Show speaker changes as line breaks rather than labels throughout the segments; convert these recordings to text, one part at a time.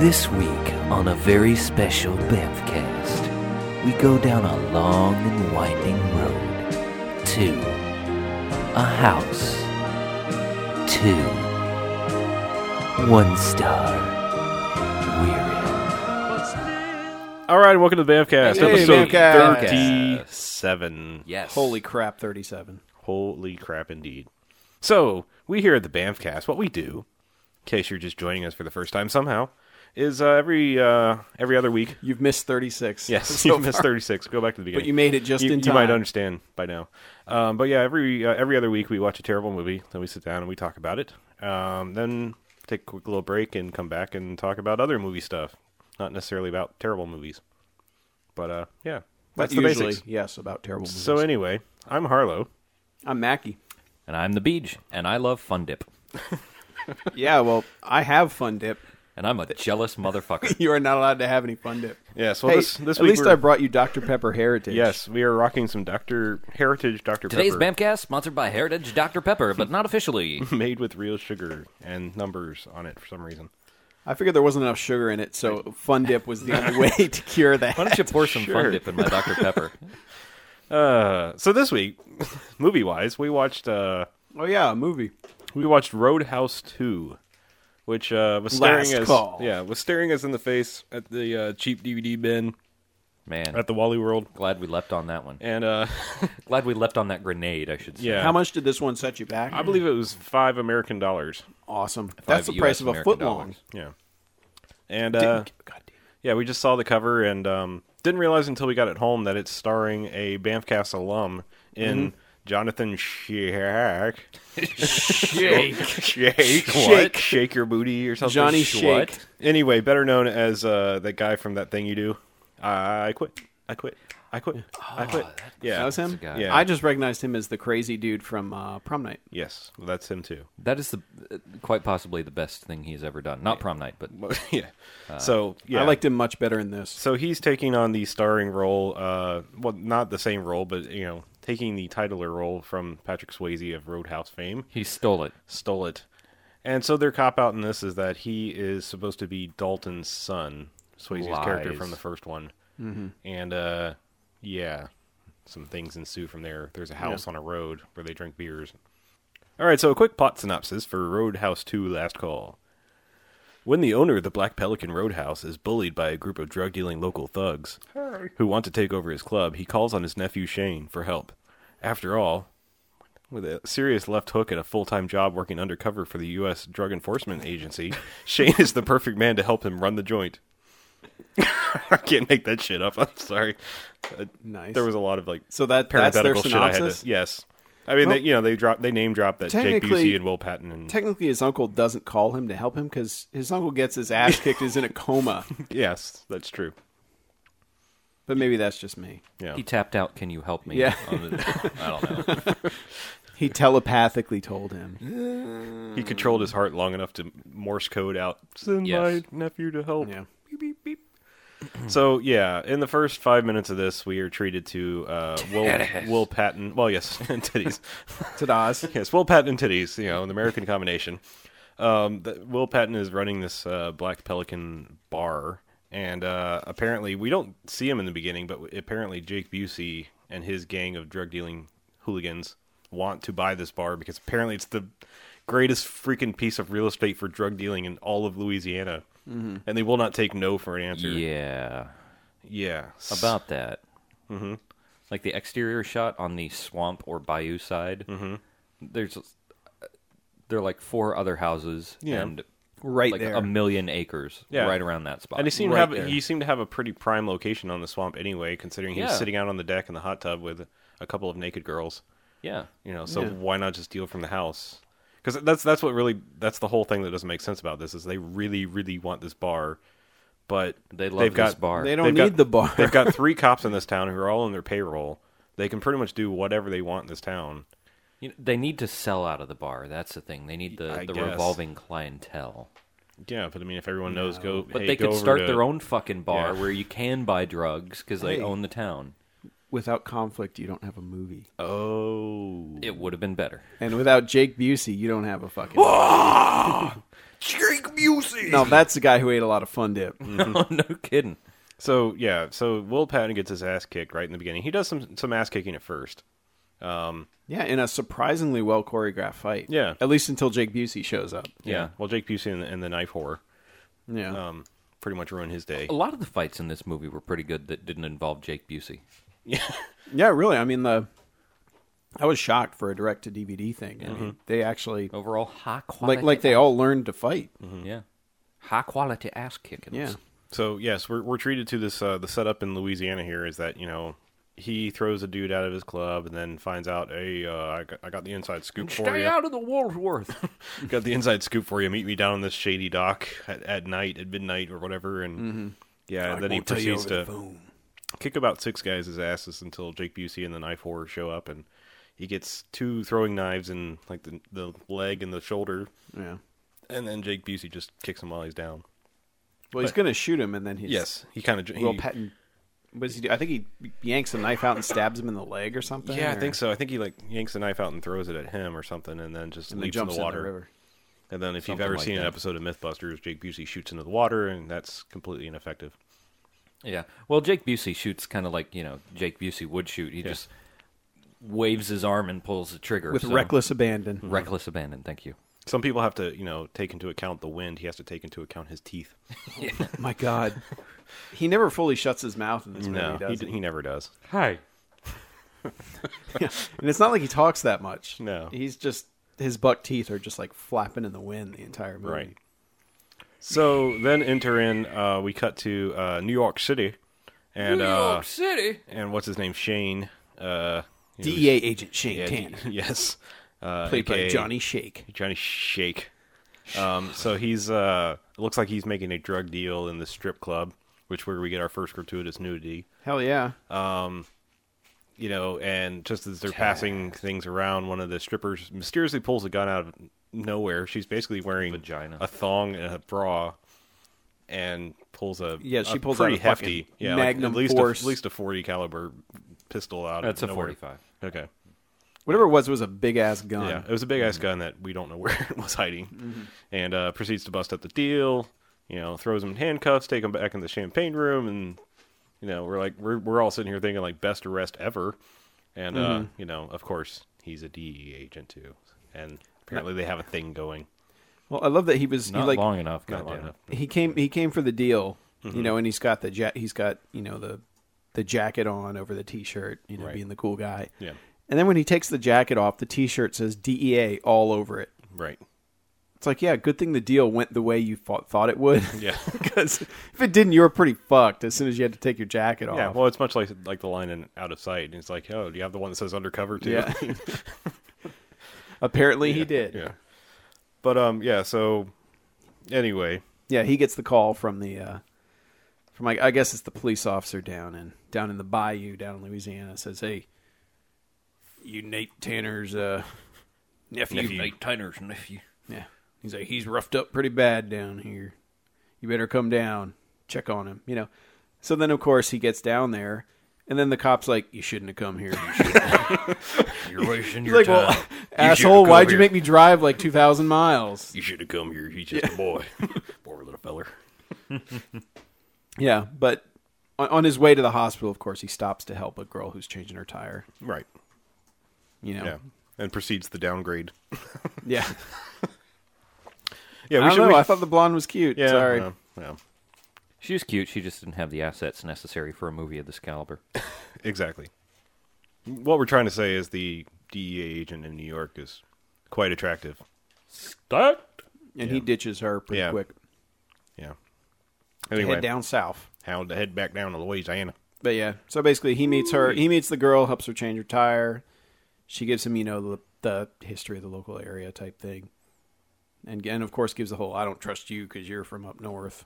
This week on a very special Bamfcast, we go down a long and winding road to a house, two, one star, weary.
All right, welcome to the Bamcast,
Hey,
episode
Bamfcast.
37.
Yes.
Holy crap, 37.
Holy crap, indeed. So, we here at the Bamfcast, what we do, in case you're just joining us for the first time somehow, is uh, every uh, every other week.
You've missed 36.
Yes,
so
you missed 36. Go back to the beginning.
you made it just
you,
in
You might
time.
understand by now. Um, but yeah, every uh, every other week we watch a terrible movie, then we sit down and we talk about it. Um, then take a quick little break and come back and talk about other movie stuff, not necessarily about terrible movies. But uh, yeah,
But
that's the
usually,
basics.
yes, about terrible movies.
So anyway, I'm Harlow.
I'm Mackie.
And I'm the Beej, and I love Fun Dip.
Yeah, well, I have fun dip.
And I'm a jealous motherfucker.
You are not allowed to have any fun dip.
Yes. Well,
hey,
this this
at
week
least
we're-
I brought you Dr. Pepper Heritage.
yes we are rocking some Doctor Heritage Doctor
Today's
Pepper
Bamcast sponsored by Heritage Dr. Pepper, but not officially.
made with real sugar and numbers on it for some reason.
I figured there wasn't enough sugar in it, so fun dip was the only way to cure that.
Why don't you pour some
Sure.
Fun Dip in my Dr. Pepper?
Uh, so this week, movie wise, we watched uh,
Oh, yeah, a movie.
we watched Roadhouse Two, which uh, was staring
Last
us
call.
yeah was staring us in the face at the uh, cheap DVD bin
Man,
at the Wally World,
glad we leapt on that one.
and uh,
Glad we leapt on that grenade, I should say.
yeah,
How much did this one set you back?
I believe it was five American dollars.
Awesome. That's the
US
price of a
American
foot long.
dollars.
Yeah, and uh,
God damn.
yeah, we just saw the cover and um, didn't realize until we got it home that it's starring a Banffcast alum in
Mm-hmm.
Jonathan Shake.
Shake.
Shake.
Shake.
What? Shake your booty or something.
Johnny
Sh-
Shake.
What?
Anyway, better known as uh, that guy from that thing you do. I quit. I quit. I quit. I quit. yeah.
That was him?
guy.
Yeah.
I just recognized him as the crazy dude from uh, Prom Night.
Yes, well, that's him too.
That is the uh, quite possibly the best thing he's ever done. Not prom night, but
yeah. so yeah,
I liked him much better in this.
So he's taking on the starring role. Uh, well, not the same role, but you know, taking the titular role from Patrick Swayze of Roadhouse fame.
he stole it.
stole it. And so their cop out in this is that he is supposed to be Dalton's son, Swayze's character
Lies.
from the first one. Mm-hmm. And uh, yeah, some things ensue from there. There's a house on a road where they drink beers. All right, so a quick plot synopsis for Roadhouse 2 Last Call. When the owner of the Black Pelican Roadhouse is bullied by a group of drug dealing local thugs who want to take over his club, he calls on his nephew Shane for help. After all, with a serious left hook and a full time job working undercover for the U.S. Drug Enforcement Agency, Shane is the perfect man to help him run the joint. I can't make that shit up. I'm sorry. Uh,
Nice.
There was a lot of like
So that- that's their
parenthetical shit I had
synopsis?
to. Yes. I mean,
Well,
they, you know, they drop they name drop that Jake
technically-
Busey and Will Patton and
technically his uncle doesn't call him to help him because his uncle gets his ass kicked is in a coma
yes, that's true.
but maybe that's just me
Yeah.
He tapped out. Can you help me?
Yeah.
on the- I don't know.
he telepathically told him
He controlled his heart long enough to Morse code out send
Yes.
my nephew to help.
yeah
Beep, beep, beep. so yeah, in the first five minutes of this, we are treated to uh, Will Will Patton. Well, yes, and titties.
ta-da's
yes, Will Patton and titties. You know, an American combination. Um, the, Will Patton is running this uh, Black Pelican bar, and uh, apparently we don't see him in the beginning, but apparently Jake Busey and his gang of drug dealing hooligans want to buy this bar because apparently it's the greatest freaking piece of real estate for drug dealing in all of Louisiana, and they will not take no for an answer.
Mm-hmm. yeah,
Yeah.
about that. Mm-hmm. Like the exterior shot on the swamp or bayou side. Mm-hmm. There's there are like four other houses
Yeah.
and
right
like
there
a million acres
Yeah.
right around that spot.
And he seemed to
Right
have
there.
he seemed to have a pretty prime location on the swamp anyway, considering he was
Yeah.
sitting out on the deck in the hot tub with a couple of naked girls.
yeah,
You know, so why not just steal from the house? Because that's that's what really that's the whole thing that doesn't make sense about this is they really really want this bar, but
they love
they've
this
got
bar.
they don't
they've
need
got-
the bar
they've got three cops in this town who are all on their payroll. They can pretty much do whatever they want in this town.
You know, they need to sell out of the bar. That's the thing. They need the,
I
the
guess.
revolving clientele.
Yeah, but I mean, if everyone knows, go.
But
hey,
they
go
could
over
start
to-
their own fucking bar
Yeah.
where you can buy drugs because they
Hey.
own the town.
without conflict you don't have a movie
Oh,
It would have been better.
and without jake busey you don't have a fucking
Jake Busey.
No, that's the guy who ate a lot of fun dip.
Mm. Mm-hmm.
no kidding.
So yeah, so Will Patton gets his ass kicked right in the beginning. He does some some ass kicking at first.
Yeah, in a surprisingly well choreographed fight.
Yeah.
At least until Jake Busey shows up.
Yeah.
Well, Jake Busey and, and the knife whore
Yeah.
um, pretty much ruined his day.
A lot of the fights in this movie were pretty good that didn't involve Jake Busey.
yeah, really. I mean the I was shocked for a direct to DVD thing. I
Mm-hmm.
mean, they actually
Oh,
Overall, high quality. Mm-hmm.
like like they all learned to fight.
Mm-hmm.
yeah, high quality ass kicking.
Yeah.
So yes, we're we're treated to this. Uh, the setup in Louisiana here is that you know he throws a dude out of his club and then finds out, hey, uh, I, got, I got the inside scoop for
Stay
you.
out of the Woolworth.
Got the inside scoop for you. Meet me down on this shady dock at, at night, at midnight or whatever. And
Mm-hmm.
yeah, then he proceeds to kick about six guys' asses until Jake Busey and the knife whore show up, and he gets two throwing knives in like the the leg and the shoulder,
Yeah.
and then Jake Busey just kicks him while he's down.
Well, he's going to shoot him, and then he's
Yes, he kind of
Will Patton. What does he do? I think he yanks a knife out and stabs him in the leg or something.
Yeah, I
or-
think so. I think he like yanks the knife out and throws it at him or something, and then just
And then
leaps
jumps
in the water.
river.
And then, if
Something
you've ever
like
seen an
that.
episode of MythBusters, Jake Busey shoots into the water, and that's completely ineffective.
Yeah. Well, Jake Busey shoots kind of like you know Jake Busey would shoot. He just waves his arm and pulls the trigger
with
so-
reckless abandon.
reckless abandon. Thank you.
Some people have to, you know, take into account the wind. He has to take into account his teeth.
My God, he never fully shuts his mouth in this movie,
no, he,
does
d-
he?
he never does.
Hi.
And it's not like he talks that much.
No.
he's just his buck teeth are just like flapping in the wind the entire movie.
Right. So then enter in. Uh, we cut to uh, New York City, and uh,
City.
and what's his name? Shane. Uh, he was-
DEA agent Shane
yeah, E
Tan,
he- yes. Uh,
E played by
aka
Johnny Shake.
Johnny Shake. Um, so he's uh, it looks like he's making a drug deal in the strip club, which where we get our first gratuitous nudity.
Hell yeah!
You know, and just as they're passing things around, one of the strippers mysteriously pulls a gun out of nowhere. She's basically wearing
Vagina.
a thong and a bra, and pulls a
Yeah, she
a
pulls out
pretty
a fucking
hefty, yeah, like,
Magnum
at least
Force.
a, at least a forty caliber pistol out.
That's
of
a
nowhere.
45.
Okay,
Whatever it was, it was a big ass gun.
yeah, it was a big
Mm-hmm.
ass gun that we don't know where it was hiding, and uh, proceeds to bust up the deal. You know, throws him in handcuffs, take him back in the champagne room, and you know we're like we're we're all sitting here thinking like best arrest ever, and uh,
Mm-hmm.
you know of course he's a DE agent too, and apparently they have a thing going.
Well, I love that he was he,
Not
like
long enough.
Not
Not
long Mm-hmm. enough.
he came he came for the deal, you know, and he's got the ja- he's got you know the the jacket on over the t-shirt, you know,
Right.
being the cool guy.
Yeah,
And then when he takes the jacket off, the t-shirt says DEA all over it.
right.
It's like, yeah, good thing the deal went the way you thought, thought it would.
Yeah,
Because if it didn't, you were pretty fucked as soon as you had to take your jacket off.
yeah. Well, it's much like like the line in Out of Sight. It's like, oh, do you have the one that says undercover too?
Yeah. Apparently he did.
yeah. But um, yeah. So anyway,
Yeah, he gets the call from the uh from like I guess it's the police officer down in down in the bayou down in Louisiana says, "Hey, you Nate Tanner's uh nephew."
Nate Tyner's nephew.
Yeah. He's like he's roughed up pretty bad down here. You better come down, check on him, you know. So then of course he gets down there and then the cops like, "You shouldn't have come here."
You're wasting
He's like, "Well, asshole, why'd you make me drive like 2000 miles?"
You should have come here. He's just a boy. Poor little feller.
Yeah, but on, on his way to the hospital, of course, he stops to help a girl who's changing her tire.
Right.
You know,
Yeah. And proceeds the downgrade.
yeah.
Yeah,
I don't know. I thought the blonde was cute.
yeah,
Sorry.
no, no.
She was cute. She just didn't have the assets necessary for a movie of this caliber.
Exactly. What we're trying to say is the DEA agent in New York is quite attractive.
That.
And he ditches her pretty
Yeah.
quick.
Yeah.
They
Anyway,
Head down south.
how to head back down to Louisiana.
But yeah, so basically, he meets her. He meets the girl, helps her change her tire. She gives him, you know, the, the history of the local area type thing, and and of course gives the whole "I don't trust you because you're from up north."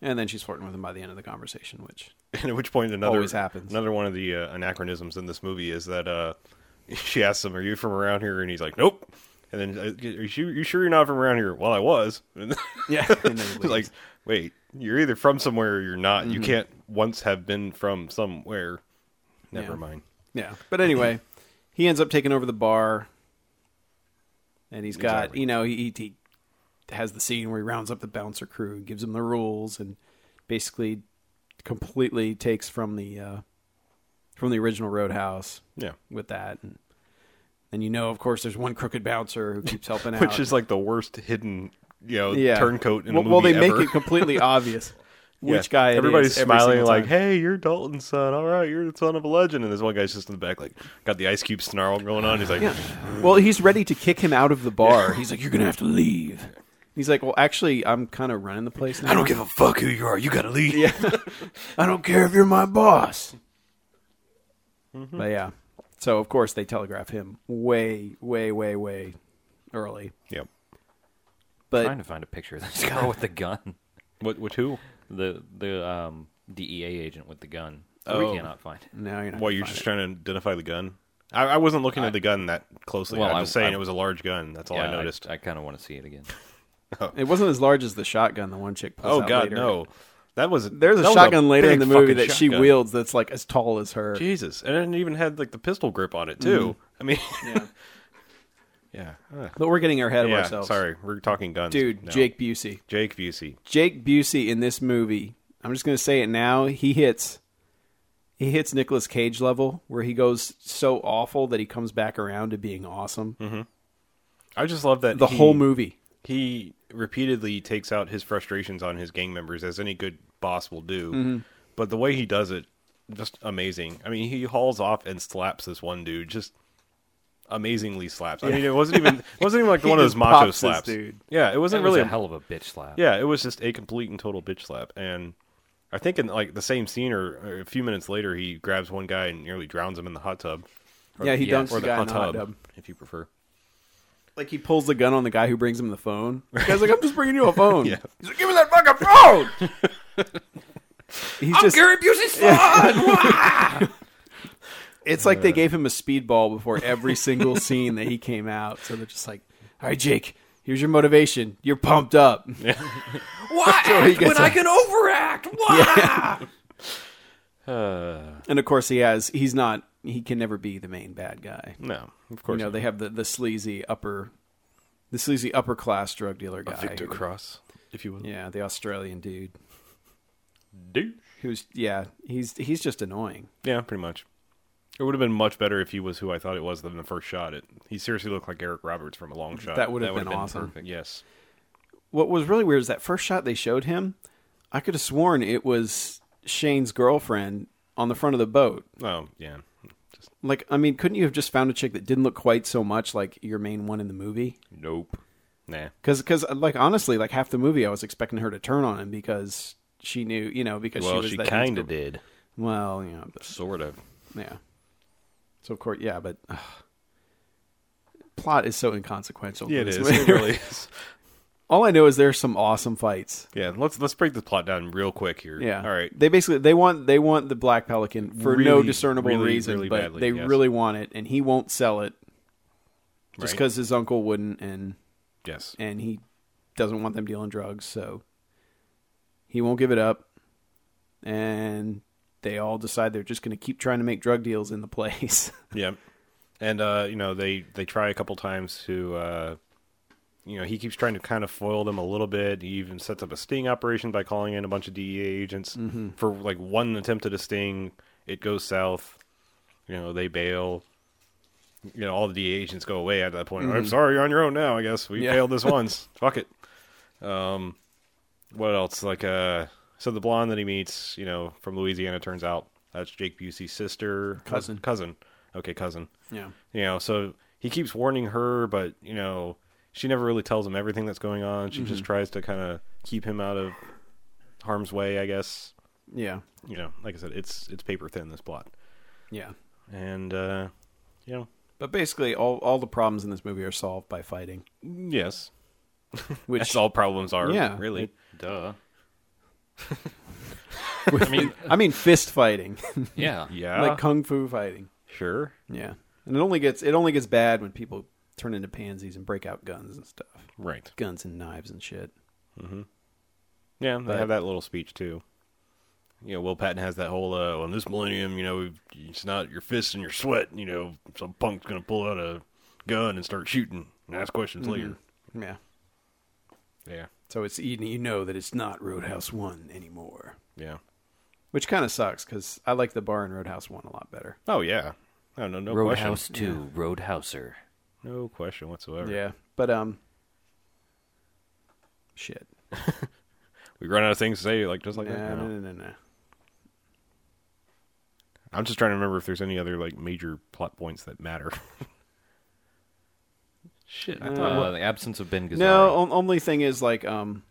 And then she's flirting with him by the end of the conversation, which
And at which point another
Always happens.
another one of the uh, anachronisms in this movie is that uh, she asks him, "Are you from around here?" And he's like, "Nope." And then, uh, "Are you, you sure you're not from around here?" Well, I was. And
yeah, and then he
It's like,
leaves.
wait, you're either from somewhere or you're not.
Mm-hmm.
You can't once have been from somewhere. Never
Yeah.
mind.
Yeah. But anyway, he ends up taking over the bar. And he's got,
Exactly.
you know, he, he has the scene where he rounds up the bouncer crew and gives them the rules and basically completely takes from the uh, from the original Roadhouse
Yeah.
with that. And, and you know, of course, there's one crooked bouncer who keeps helping out.
Which is like the worst hidden, you know,
yeah.
turncoat in
well,
a movie
well, they
ever.
make it completely obvious
Yeah.
which guy. it
Everybody's
is every
smiling
single
like,
time.
"Hey, you're Dalton's son. All right, you're the son of a legend." And this one guy's just in the back, like, got the ice cube snarl going on. He's like,
Well, he's ready to kick him out of the bar. He's like, "You're gonna have to leave." He's like, "Well, actually, I'm kind of running the place now.
I don't give a fuck who you are. You gotta leave.
I don't care if you're my boss." But yeah, so of course they telegraph him way, way, way, way early.
"Yep."
But
trying to find a picture of this girl with the gun.
What? Which? Who?
The the um, DEA agent with the gun.
Oh.
We cannot find. it.
now you're not.
Well,
gonna
you're
find
just
it.
trying to identify the gun. I, I wasn't looking at the gun that closely.
Well,
I'm
I-
just saying
I-
it was a large gun. That's all
Yeah,
I noticed.
Oh, I, kind of want to see it again.
It wasn't as large as the shotgun the one chick. Pulls
oh
out
God,
later.
no! That was
There's a
that was
shotgun later in
big
the movie
fucking
that she
shotgun.
wields that's like as tall as her.
Jesus, and it even had like the pistol grip on it too. I mean,
Mm-hmm. Yeah.
yeah, Ugh.
But we're getting ahead of
yeah.
ourselves.
Sorry, we're talking guns,
dude.
now.
Jake Busey.
Jake Busey.
Jake Busey in this movie, I'm just going to say it now, he hits he hits Nicolas Cage level where he goes so awful that he comes back around to being awesome.
I just love that
The
he-
whole movie.
he repeatedly takes out his frustrations on his gang members as any good boss will do
Mm-hmm.
but the way he does it just amazing i mean he hauls off and slaps this one dude just amazingly slaps i mean it wasn't even it wasn't even like one of those
just
macho
pops this
slaps
dude.
yeah it wasn't
That
really
was a hell of a bitch slap.
yeah it was just a complete and total bitch slap and i think in like the same scene or, or a few minutes later he grabs one guy and nearly drowns him in the hot tub
yeah, he dunks
yes,
the guy in the hot tub.
if you prefer
Like he pulls the gun on the guy who brings him the phone. The guy's like, "I'm just bringing you a phone."
Yeah.
He's like, "Give me that fucking phone." He's just
Gary Busey's son!
it's like they gave him a speedball before every single scene that he came out. So they're just like, "All right, Jake, here's your motivation. You're pumped up."
Why
he
act
gets
when I
a-
can overact? Why?
And of course, he has. He's not. He can never be the main bad guy.
no of
You
course
know,
not.
they have the, the sleazy upper, the sleazy upper class drug dealer guy.
victor
who-
cross if you will
Yeah, the Australian dude.
Douche.
Who's yeah? He's he's just annoying.
Yeah, pretty much. It would have been much better if he was who I thought it was than the first shot. It he seriously looked like Eric Roberts from a long shot.
That would have
would
been awesome.
perfect. Yes.
What was really weird is that first shot they showed him. I could have sworn it was Shane's girlfriend on the front of the boat.
Oh yeah. Just
Like, I mean, couldn't you have just found a chick that didn't look quite so much like your main one in the movie?
nope. Nah.
Because, like, honestly, like half the movie, I was expecting her to turn on him because she knew, you know, because she
well,
was
she
that dude's
kind
girl-
of did.
Well, you know, but-
Sort of.
Yeah. So of course, yeah, but ugh. plot is so inconsequential.
Yeah,
in
it
this
is.
movie.
It really is.
All I know is there's some awesome fights.
Yeah. Let's let's break the plot down real quick here.
Yeah.
All right.
They basically they want they want the black pelican for no
Really,
discernible
really,
reason,
really
but
badly,
they
yes.
really want it, and he won't sell it just
Right.
because his uncle wouldn't, and
Yes.
and he doesn't want them dealing drugs, so he won't give it up. And they all decide they're just going to keep trying to make drug deals in the place.
Yeah. And uh, you know, they they try a couple times to uh you know, he keeps trying to kind of foil them a little bit. He even sets up a sting operation by calling in a bunch of DEA agents
Mm-hmm.
for like one attempt at a sting. It goes south. You know, they bail. You know, all the DEA agents go away at that point. I'm sorry, you're on your own now. I guess we
Mm-hmm. Yeah.
failed this once. Fuck it. Um, what else? Like, uh, so the blonde that he meets, you know, from Louisiana, turns out that's Jake Busey's sister,
Cousin.
cousin. Okay, cousin
yeah.
you know so he keeps warning her but you know she never really tells him everything that's going on she
Mm-hmm.
just tries to kind of keep him out of harm's way i guess
Yeah.
you know like i said it's it's paper thin this plot
Yeah.
and uh you know
But basically, all, all the problems in this movie are solved by fighting.
yes
Which
that's all problems are
Yeah,
really
it-
Duh.
I mean, I mean, fist fighting,
Yeah.
yeah
like kung fu fighting.
sure
Yeah, and it only gets it only gets bad when people turn into pansies and break out guns and stuff,
right
guns and knives and shit.
yeah they
But-
have that little speech too you know, Will Patton has that whole uh, on this millennium. You know, it's not your fists and your sweat. You know, some punk's
Mm-hmm.
gonna pull out a gun and start shooting and ask questions later.
Yeah,
Yeah.
So it's you you know that it's not Roadhouse One anymore,
Yeah.
which kind of sucks because I like the bar in Roadhouse One a lot better.
Oh yeah. No, no, no
Roadhouse
question.
2, Roadhouser.
No question whatsoever.
Yeah, but um, shit.
We run out of things to say, like just like
Nah,
that.
no,
No.
no, no, no.
I'm just trying to remember if there's any other like major plot points that matter. Shit, I thought.
Uh, the absence of Ben Gazzara.
No, on- only thing is like um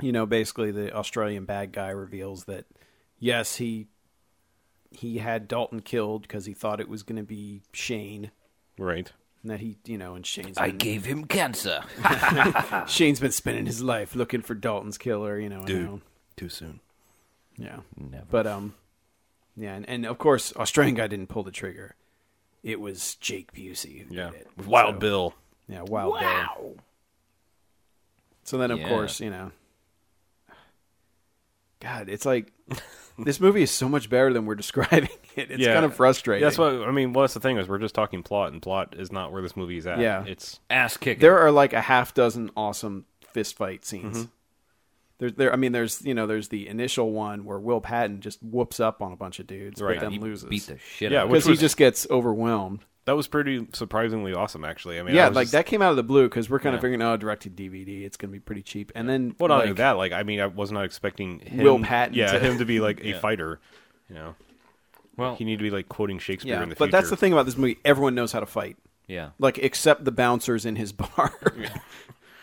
you know, basically the Australian bad guy reveals that yes, he he had Dalton killed cuz he thought it was going to be Shane
Right.
and that he, you know, and Shane's
I
been,
gave him cancer.
Shane's been spending his life looking for Dalton's killer, you know. I
Dude.
know.
Too soon.
Yeah.
Never.
But um yeah, and, and of course Australian guy didn't pull the trigger. It was Jake Busey who
Yeah.
did it.
With Wild
So-
Bill.
Yeah, Wild wow. So then, of
Yeah.
course, you know, God, it's like this movie is so much better than we're describing it. It's
Yeah.
kind of frustrating.
That's what I mean. Well, that's the thing is we're just talking plot, and plot is not where this movie is at.
Yeah.
It's
Ass kicking.
there are like a half dozen awesome fist fight scenes.
Mm-hmm.
There's there, I mean, there's you know, there's the initial one where Will Patton just whoops up on a bunch of dudes,
Right.
but then
He
loses
Beat the shit
Yeah,
out of
which
because he
was-
just gets overwhelmed.
that was pretty surprisingly awesome, actually. I mean, I
yeah,
was
like
just-
that came out of the blue because we're kind
Yeah.
of figuring, oh, direct to DVD, it's going to be pretty cheap. And then
Well, not
like,
only that, like I mean, I was not expecting him,
Will Patton
Yeah,
to-
him to be like a fighter. You know,
Well,
he need to be like quoting Shakespeare
Yeah,
in the future.
but that's the thing about this movie. Everyone knows how to fight,
yeah.
like except the bouncers in his bar,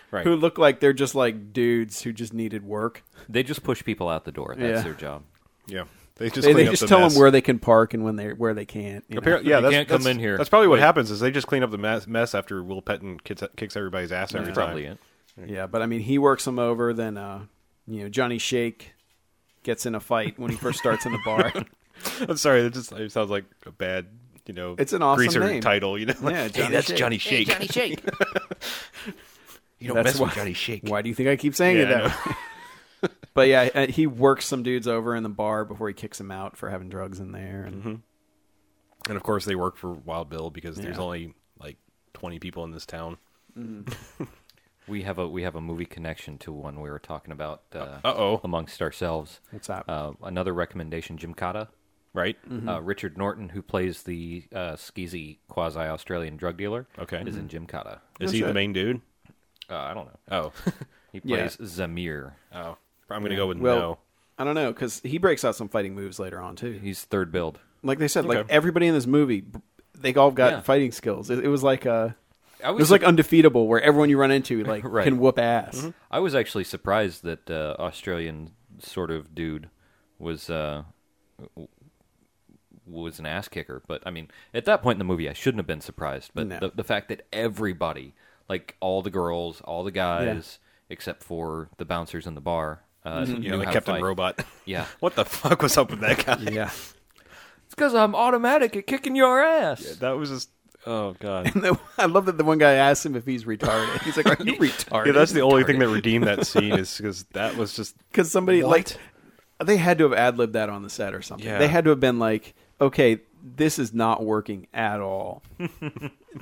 Right.
who look like they're just like dudes who just needed work.
They just push people out the door. That's
Yeah.
their job.
Yeah, they just
they
clean
they
up
just
the
tell
mess.
them where they can park and when they where they can't. you know.
Apparently, yeah,
You
that's,
can't come
that's-
in here.
That's probably what
Wait.
happens is they just clean up the mess, mess after Will Patton kicks, kicks everybody's ass every
That's
time.
probably it.
Yeah, but I mean, he works them over. Then uh, you know, Johnny Shake gets in a fight when he first starts in the bar.
I'm sorry, that just it sounds like a bad, you know,
It's an awesome
greaser
name.
title. You know, like,
Yeah,
hey,
Johnny
that's
Shake.
Johnny Shake.
Johnny Shake.
you don't
That's
mess with
why-
Johnny Shake.
Why do you think I keep saying
Yeah,
it
I
that way? but yeah, uh, he works some dudes over in the bar before he kicks them out for having drugs in there. And
Mm-hmm. And of course, they work for Wild Bill because there's
Yeah.
only like 20 people in this town.
We have a we have a movie connection to one we were talking about uh,
uh-oh.
amongst ourselves.
What's that?
Uh, another recommendation: Jim Cotta,
Right?
Mm-hmm.
uh, Richard Norton, who plays the uh, skeezy quasi Australian drug dealer.
Okay.
is in Jim Cotta.
Is he
shit.
the main dude?
Mm-hmm. Uh, I don't know.
Oh.
He
Yeah.
plays Zamir.
oh. I'm going to go with
well,
no.
I don't know because he breaks out some fighting moves later on too.
He's third build.
like they said, like
Okay.
everybody in this movie, b- they all got
Yeah.
fighting skills. It, it was like a,
I
it
was
was like undefeatable, where everyone you run into like
Right.
can whoop ass.
Mm-hmm.
I was actually surprised that uh, Australian sort of dude was uh, w- was an ass kicker. But I mean, at that point in the movie, I shouldn't have been surprised. But
No.
the, the fact that everybody, like all the girls, all the guys, except for the bouncers in the bar, uh,
You
knew
know,
how
like
to
Captain
fight.
Robot.
Yeah,
what the fuck was up with that guy?
Yeah,
it's because I'm automatic at kicking your ass.
That was just. Oh, God.
And the- I love that the one guy asked him if he's retarded. He's like, "Are you
Yeah,
retarded?"
that's the only thing that redeemed that scene is because that was just.
Because somebody
What?
like they had to have ad libbed that on the set or something.
Yeah.
They had to have been like, "Okay, this is not working at all.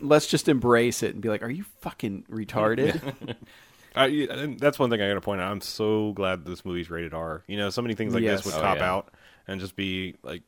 Let's just embrace it and be like, are you fucking retarded?'"
I, and that's one thing I got to point out. I'm so glad this movie's rated R. You know, so many things like
Yes.
this would
Oh,
cop
yeah.
out and just be like,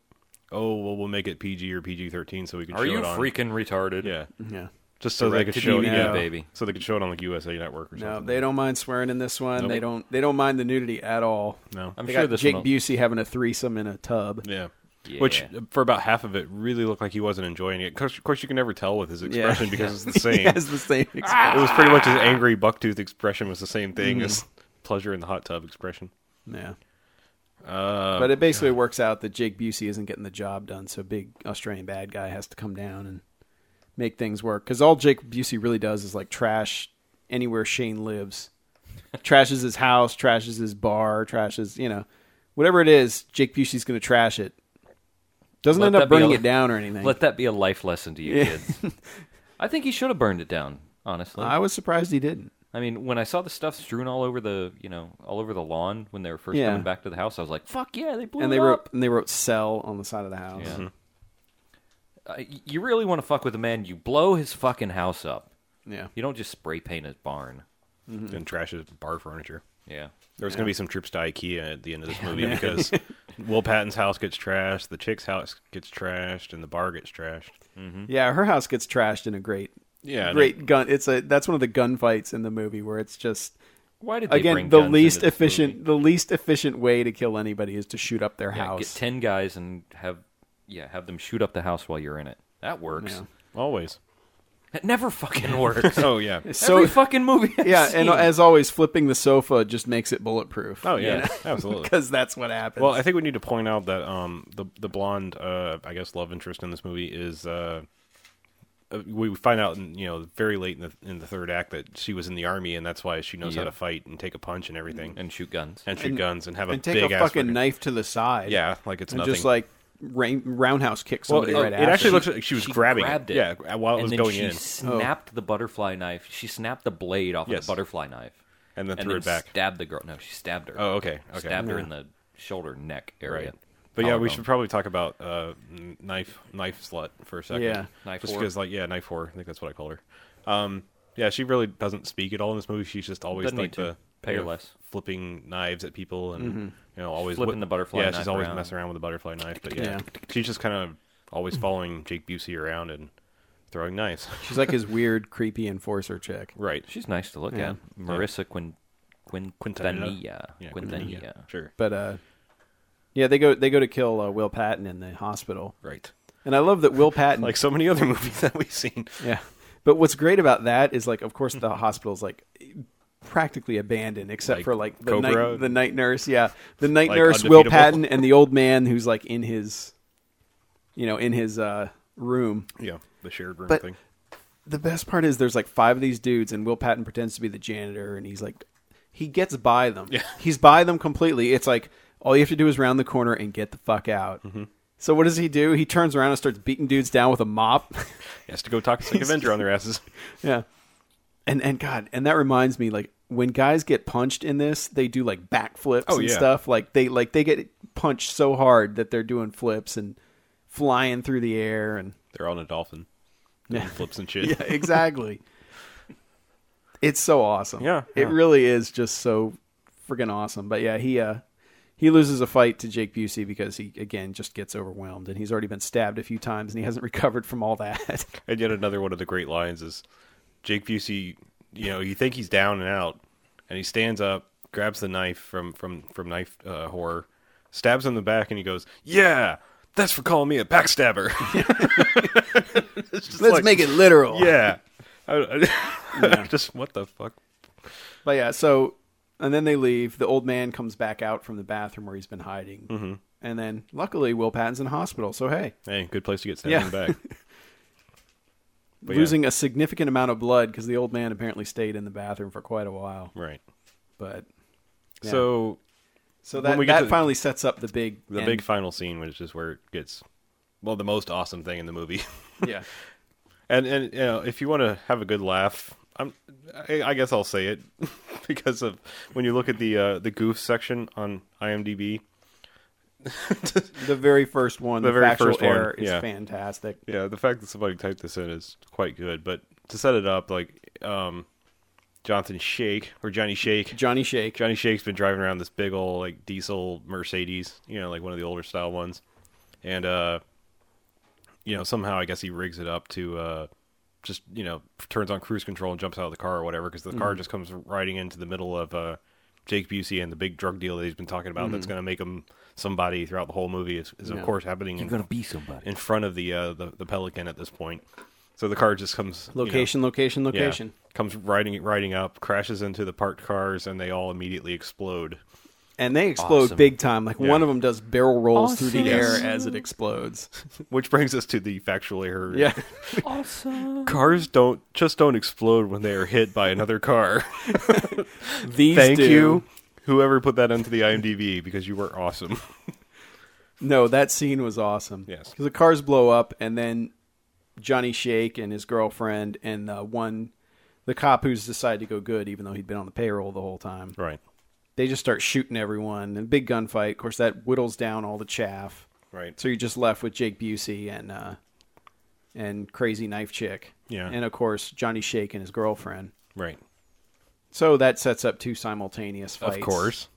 oh, well, we'll make it PG or PG 13 so we can
Are
show
you
it on.
freaking retarded?
Yeah.
yeah.
Just so they could
Direct to
show it,
DVD,
yeah,
baby.
So they could show it on like USA Network or
No,
something.
they don't mind swearing in this one.
Nope.
They don't. They don't mind the nudity at all.
No.
I'm
They
sure
got
this
Jake
one.
Busey having a threesome in a tub.
Yeah.
Yeah.
Which uh, for about half of it really looked like he wasn't enjoying it. 'Cause- Of course, you can never tell with his expression because it's the same.
he has the same. Experience.
It was pretty much his angry bucktooth expression was the same thing as pleasure in the hot tub expression.
Yeah,
Uh,
but it basically works out that Jake Busey isn't getting the job done, so big Australian bad guy has to come down and make things work. Because all Jake Busey really does is like trash anywhere Shane lives, trashes his house, trashes his bar, trashes you know whatever it is. Jake Busey's going to trash it. Doesn't
Let
end up
that be
burning
a-
it down or anything.
Let that be a life lesson to you kids. I think he should have burned it down, honestly.
I was surprised he didn't.
I mean, when I saw the stuff strewn all over the, you know, all over the lawn when they were first
Yeah.
coming back to the house, I was like, "Fuck yeah, they blew
and
it
they
up."
wrote and they wrote "sell" on the side of the house. Mm-hmm.
Yeah. Uh, y- you really want to fuck with a man? You blow his fucking house up.
Yeah.
You don't just spray paint his barn.
and trashes bar furniture.
Yeah.
There's going to be some trips to IKEA at the end of this movie because Will Patton's house gets trashed, the chick's house gets trashed, and the bar gets trashed.
Yeah, her house gets trashed in a great,
Yeah, I
great gun. It's a that's one of the gunfights in the movie where it's just
Why did they bring
again the
guns
least
into this
efficient,
movie?
the least efficient way to kill anybody is to shoot up their
Yeah,
house.
get ten guys and have yeah have them shoot up the house while you're in it. That works.
Yeah.
Always.
It never fucking works.
Oh yeah.
so
Every fucking movie. I've
yeah,
seen.
and as always, flipping the sofa just makes it bulletproof.
Oh yeah. Absolutely.
because that's what happens.
Well, I think we need to point out that um the the blonde uh I guess love interest in this movie is uh uh, we find out in, you know very late in the in the third act that she was in the army and that's why she knows how
Yep.
to fight and take a punch and everything and,
and shoot guns.
shoot
And-
guns and have
and
a
take
big
a
ass
fucking
freaking-
knife to the side.
Yeah, like it's
and
nothing.
just like rain, roundhouse kick
well,
somebody
it,
right
it
after.
actually looks like she was
She
grabbing
grabbed
it.
it.
Yeah, while it
and
was
then
going
she
in
snapped
Oh.
the butterfly knife. She snapped the blade off
Yes.
of the butterfly knife,
and then threw it back.
Stabbed the girl. No, she stabbed her.
Oh, okay, okay.
Stabbed her in the shoulder neck area.
Right. But yeah, we
Collarbone.
should probably talk about uh, n- knife knife slut for a second.
Yeah.
Knife
just
whore.
because like yeah, knife whore. I think that's what I call her. Um, yeah, she really doesn't speak at all in this movie. She's just always
Doesn't
like
need to.
the
Pay
you
her
know,
less.
flipping knives at people and
Mm-hmm.
you know always
Flipping the butterfly
Yeah,
knife
she's always
around.
messing around with the butterfly knife. But yeah,
Yeah.
she's just kind of always following Jake Busey around and throwing knives.
She's like his weird, creepy enforcer chick.
right.
She's nice to look
Yeah.
at. Marissa Quin Quin Quintanilla.
Yeah,
Quintanilla.
Sure.
But uh, yeah, they go they go to kill uh, Will Patton in the hospital,
Right.
and I love that Will Patton.
Like so many other movies that we've seen.
yeah, but what's great about that is like, of course, the hospital's like practically abandoned except
Like
for like the
Cobra?
night the night nurse. Yeah, the night
Like
nurse, Will
undefeatable?
Patton, and the old man who's like in his, you know, in his uh room.
Yeah, the shared room
But-
thing.
the best part is there's like five of these dudes and Will Patton pretends to be the janitor and he's like he gets by them.
Yeah.
He's by them completely. It's like all you have to do is round the corner and get the fuck out.
Mm-hmm.
So what does he do? He turns around and starts beating dudes down with a mop.
He has to go talk to Sick Avenger on their asses.
yeah. And and god, and that reminds me like when guys get punched in this, they do like backflips
Oh,
and
yeah.
stuff. Like they like they get punched so hard that they're doing flips and flying through the air and
They're on a dolphin. doing Flips and shit.
yeah, exactly. it's so awesome.
Yeah,
it
yeah.
really is just so friggin' awesome. But yeah, he uh, he loses a fight to Jake Busey because he again just gets overwhelmed, and he's already been stabbed a few times, and he hasn't recovered from all that.
And yet another one of the great lines is Jake Busey, you know, you think he's down and out, and he stands up, grabs the knife from from from knife uh, horror, stabs him in the back, and he goes, "Yeah, that's for calling me a backstabber."
Let's make it literal.
yeah. I, I- Just what the fuck?
But yeah, so and then they leave. The old man comes back out from the bathroom where he's been hiding, mm-hmm. and then luckily Will Patton's in hospital. So hey,
Hey, good place to get stabbed
Yeah.
in the back. But yeah,
losing a significant amount of blood because the old man apparently stayed in the bathroom for quite a while.
right.
But Yeah.
So
So
When
that,
we get
that
to the-
finally sets up the big
the
end.
big final scene, which is where it gets, well, the most awesome thing in the movie.
yeah
And and you know, if you want to have a good laugh, I'm, I, I guess I'll say it because of when you look at the uh, the goof section on IMDb.
the very first one the,
The very
factual
first one,
error is
yeah.
fantastic
Yeah, the fact that somebody typed this in is quite good. But to set it up, like um, Jonathan Shake or Johnny Shake,
Johnny Shake
Johnny Shake's been driving around this big old like diesel Mercedes, you know, like one of the older style ones. And uh you know, somehow I guess he rigs it up to uh just, you know, turns on cruise control and jumps out of the car or whatever cuz the car just comes riding into the middle of uh Jake Busey and the big drug deal that he's been talking about that's going to make him somebody throughout the whole movie is, is of
Yeah.
course happening in,
You're gonna be somebody.
in front of the uh the, the Pelican at this point. So the car just comes you know,
location location
yeah.
location
comes riding riding up, crashes into the parked cars, and they all immediately explode.
and they explode
Awesome.
big time like
Yeah.
one of them does barrel rolls through the air
Awesome.
as it explodes
Which brings us to the factual error.
yeah
Awesome.
cars don't just don't explode when they are hit by another car.
these
Thank
do.
you, whoever put that into the IMDb, because you were awesome.
no that scene was awesome
Yes.
because the cars blow up and then Johnny Shake and his girlfriend and uh, one the cop who's decided to go good even though he'd been on the payroll the whole time
Right,
they just start shooting everyone and big gunfight of course that whittles down all the chaff
right.
so you're just left with jake busey and uh and crazy knife chick
Yeah.
and of course johnny shake and his girlfriend
Right.
So that sets up two simultaneous fights.
Of course.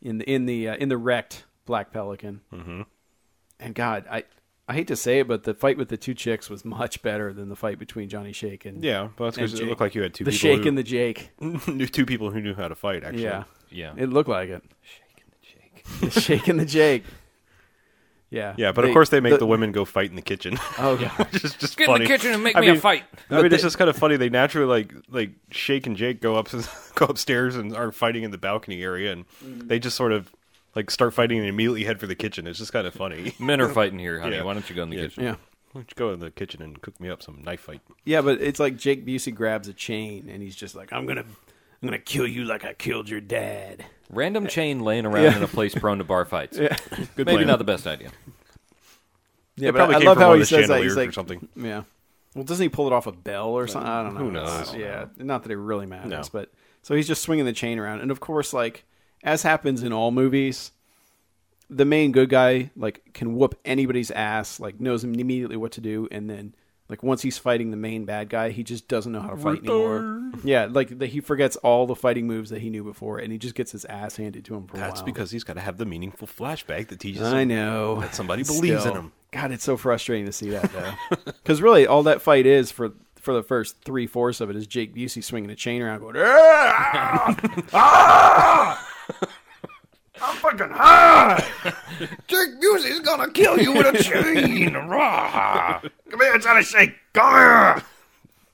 in the in the uh, in the wrecked Black Pelican. Mm-hmm. And God, I I hate to say it, but the fight with the two chicks was much better than the fight between Johnny Shake and
Yeah, well, that's
and
because it
Jake.
looked like you had two
the
people
Shake
who,
and the Jake.
the two people who knew how to fight. Actually,
Yeah,
Yeah.
it looked like it.
Shaking the shake.
The Shake and the Jake. Yeah,
yeah. But
They-
of course, they make the, women go fight in the kitchen.
oh yeah.
It's just just
Get
funny.
in the kitchen and make
I
me
mean-
a fight.
I mean, it's just kind of funny. They naturally like like Shake and Jake go up go upstairs and are fighting in the balcony area, and they just sort of like start fighting and immediately head for the kitchen. It's just kind of funny.
Men are fighting here, honey.
Yeah.
Why don't you go in the
Yeah.
kitchen?
yeah.
Why don't you go in the kitchen and cook me up some knife fight?
Yeah, but it's like Jake Busey grabs a chain and he's just like, "I'm gonna, I'm gonna kill you like I killed your dad."
Random chain laying around in a place prone to bar fights.
Good
Maybe
plan.
not the best idea.
Yeah,
It probably came from one of the chandeliers or something.
yeah. Well, doesn't he pull it off a bell or something? I don't know.
Who knows?
It's- Yeah, not that it really matters,
No.
but so he's just swinging the chain around, and of course, like as happens in all movies, the main good guy like can whoop anybody's ass, like knows immediately what to do, and then like once he's fighting the main bad guy, he just doesn't know how to fight anymore. Yeah, like the, he forgets all the fighting moves that he knew before, and he just gets his ass handed to him for a
That's
while.
because he's got to have the meaningful flashback that teaches.
I
him.
know
that somebody believes in him.
God, it's so frustrating to see that though, because really all that fight is for for the first three fourths of it is Jake Busey swinging a chain around, going, "Ah! Ah! I'm fucking high.
Jake Busey's gonna kill you with a chain. Rah! Come here, Johnny Shake. Come here.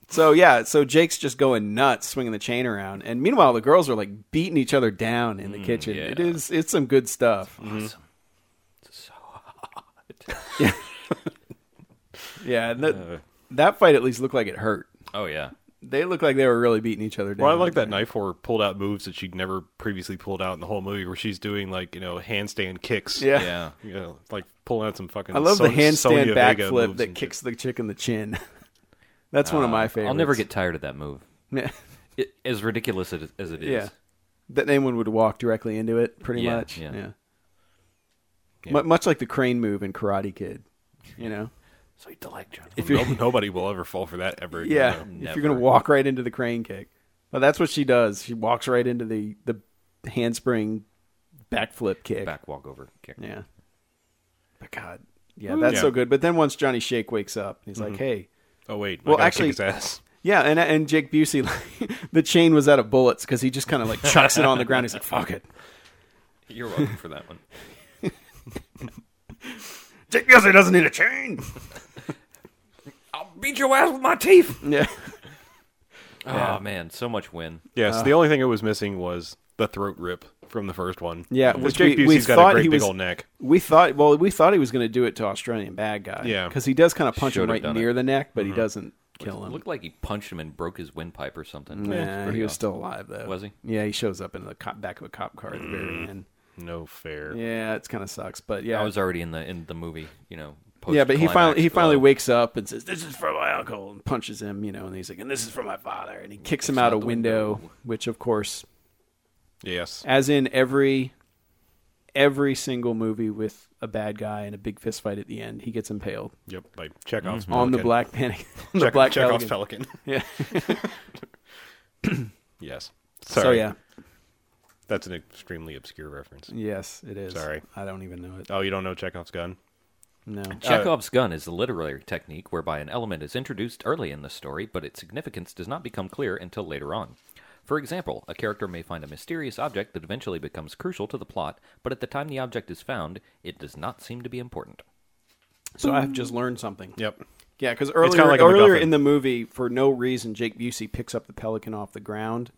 So yeah, so Jake's just going nuts, swinging the chain around, and meanwhile the girls are like beating each other down in the
Mm,
kitchen.
yeah.
It is, it's some good stuff. Mm-hmm. Yeah, and that,
Uh.
that fight at least looked like it hurt.
Oh yeah.
They looked like they were really beating each other down.
Well, I like that knife horror pulled out moves that she'd never previously pulled out in the whole movie, where she's doing like you know handstand kicks.
Yeah.
Yeah.
you know, like pulling out some fucking.
I love the
Son- Sonya
handstand
Vega
backflip
moves
that
and
kicks the chick in the chin. That's one of my favorites.
Uh, I'll never get tired of that move.
Yeah.
It, as ridiculous it- as it is.
yeah. That anyone would walk directly into it, pretty
Yeah,
much.
yeah.
Yeah. Mu- much like the crane move in Karate Kid, you know.
Sweet delight, John.
shit. No- nobody will ever fall for that ever. again,
Yeah,
though.
if you're gonna walk right into the crane kick, well, that's what she does. She walks right into the the handspring backflip kick.
Back walk over. Kick.
Yeah. But God, yeah, that's
Yeah.
so good. But then once Johnny Shake wakes up, he's
Mm-hmm.
like, "Hey,
Oh wait.
Well,
Well,
actually- uh,
actually, kick his ass.
Yeah, and and Jake Busey, like, the chain was out of bullets because he just kind of like chucks it on the ground. He's like, "Fuck it,
You're welcome for that one.
Jake Busey doesn't need a chain.
I'll beat your ass with my teeth.
yeah,
Oh man, so much win.
Yes. the only thing it was missing was the throat rip from the first one.
yeah."
'Cause
Which
Jake
we,
Busey's
we
got
thought
a great
he
big
was.
old neck.
We thought, well, we thought he was going to do it to Australian bad guy.
Yeah.
because he does kind of punch
Should've
him right
done
near
it. Mm-hmm.
the neck, but he doesn't kill him.
Looked like he punched him and broke his windpipe or something. It's
Nah,
pretty
he was
awesome.
still alive though.
Was he?
Yeah, he shows up in the cop, back of a cop car at the very end.
No fair.
Yeah, it's kind of sucks, but yeah,
I was already in the in the movie, you know.
yeah, but he
post-climax
finally he finally
glow.
wakes up and says, "This is for my uncle," and punches him, you know, and he's like, "And this is for my father," and he kicks him out a
the
window,
window.
which of course
Yes.
as in every every single movie with a bad guy and a big fist fight at the end, he gets impaled
Yep. Like Chekhov's
on the
pelican.
black panic. the
Oh, Check-
black
Chekhov's
pelican.
pelican.
Yeah.
yes. Sorry.
So yeah,
That's an extremely obscure reference.
yes, it is.
Sorry.
I don't even know it.
Oh, you don't know Chekhov's gun?
No.
Chekhov's gun is a literary technique whereby an element is introduced early in the story, but its significance does not become clear until later on. For example, a character may find a mysterious object that eventually becomes crucial to the plot, but at the time the object is found, it does not seem to be important.
So I've just learned something.
Yep.
Yeah, because
kinda
earlier,
like a
earlier
MacGuffin.
in the movie, for no reason, Jake Busey picks up the pelican off the ground,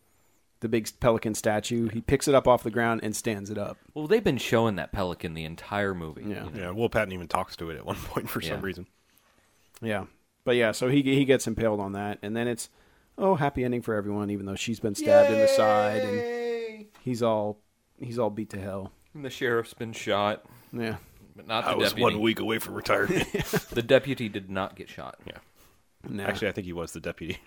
the big pelican statue. He picks it up off the ground and stands it up.
Well, they've been showing that pelican the entire movie.
Yeah.
you know.
Yeah. Will Patton even talks to it at one point for some
Yeah.
reason.
Yeah, but yeah, so he he gets impaled on that, and then it's oh happy ending for everyone, even though she's been stabbed in the side, and he's all he's all beat to hell.
And the sheriff's been shot,
Yeah,
but not the
I was
deputy.
one week away from retirement.
The deputy did not get shot.
yeah.
no.
Actually, I think he was the deputy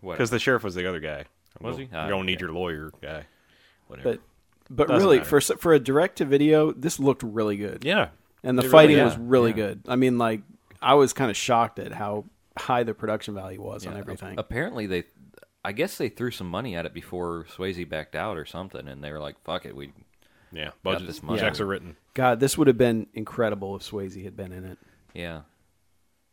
Whatever.
because the sheriff was the other guy.
Was he?
You
Ah,
don't need your lawyer guy. Whatever.
but but
Doesn't
really
matter.
for for for a direct to video, this looked really good.
yeah.
and the
It really-
fighting
yeah,
was really
yeah.
good. I mean, like I was kind of shocked at how high the production value was on everything.
Apparently, they I guess they threw some money at it before Swayze backed out or something, and they were like, "Fuck it, we."
Yeah, budget
this much.
checks are written.
God, this would have been incredible if Swayze had been in it.
Yeah.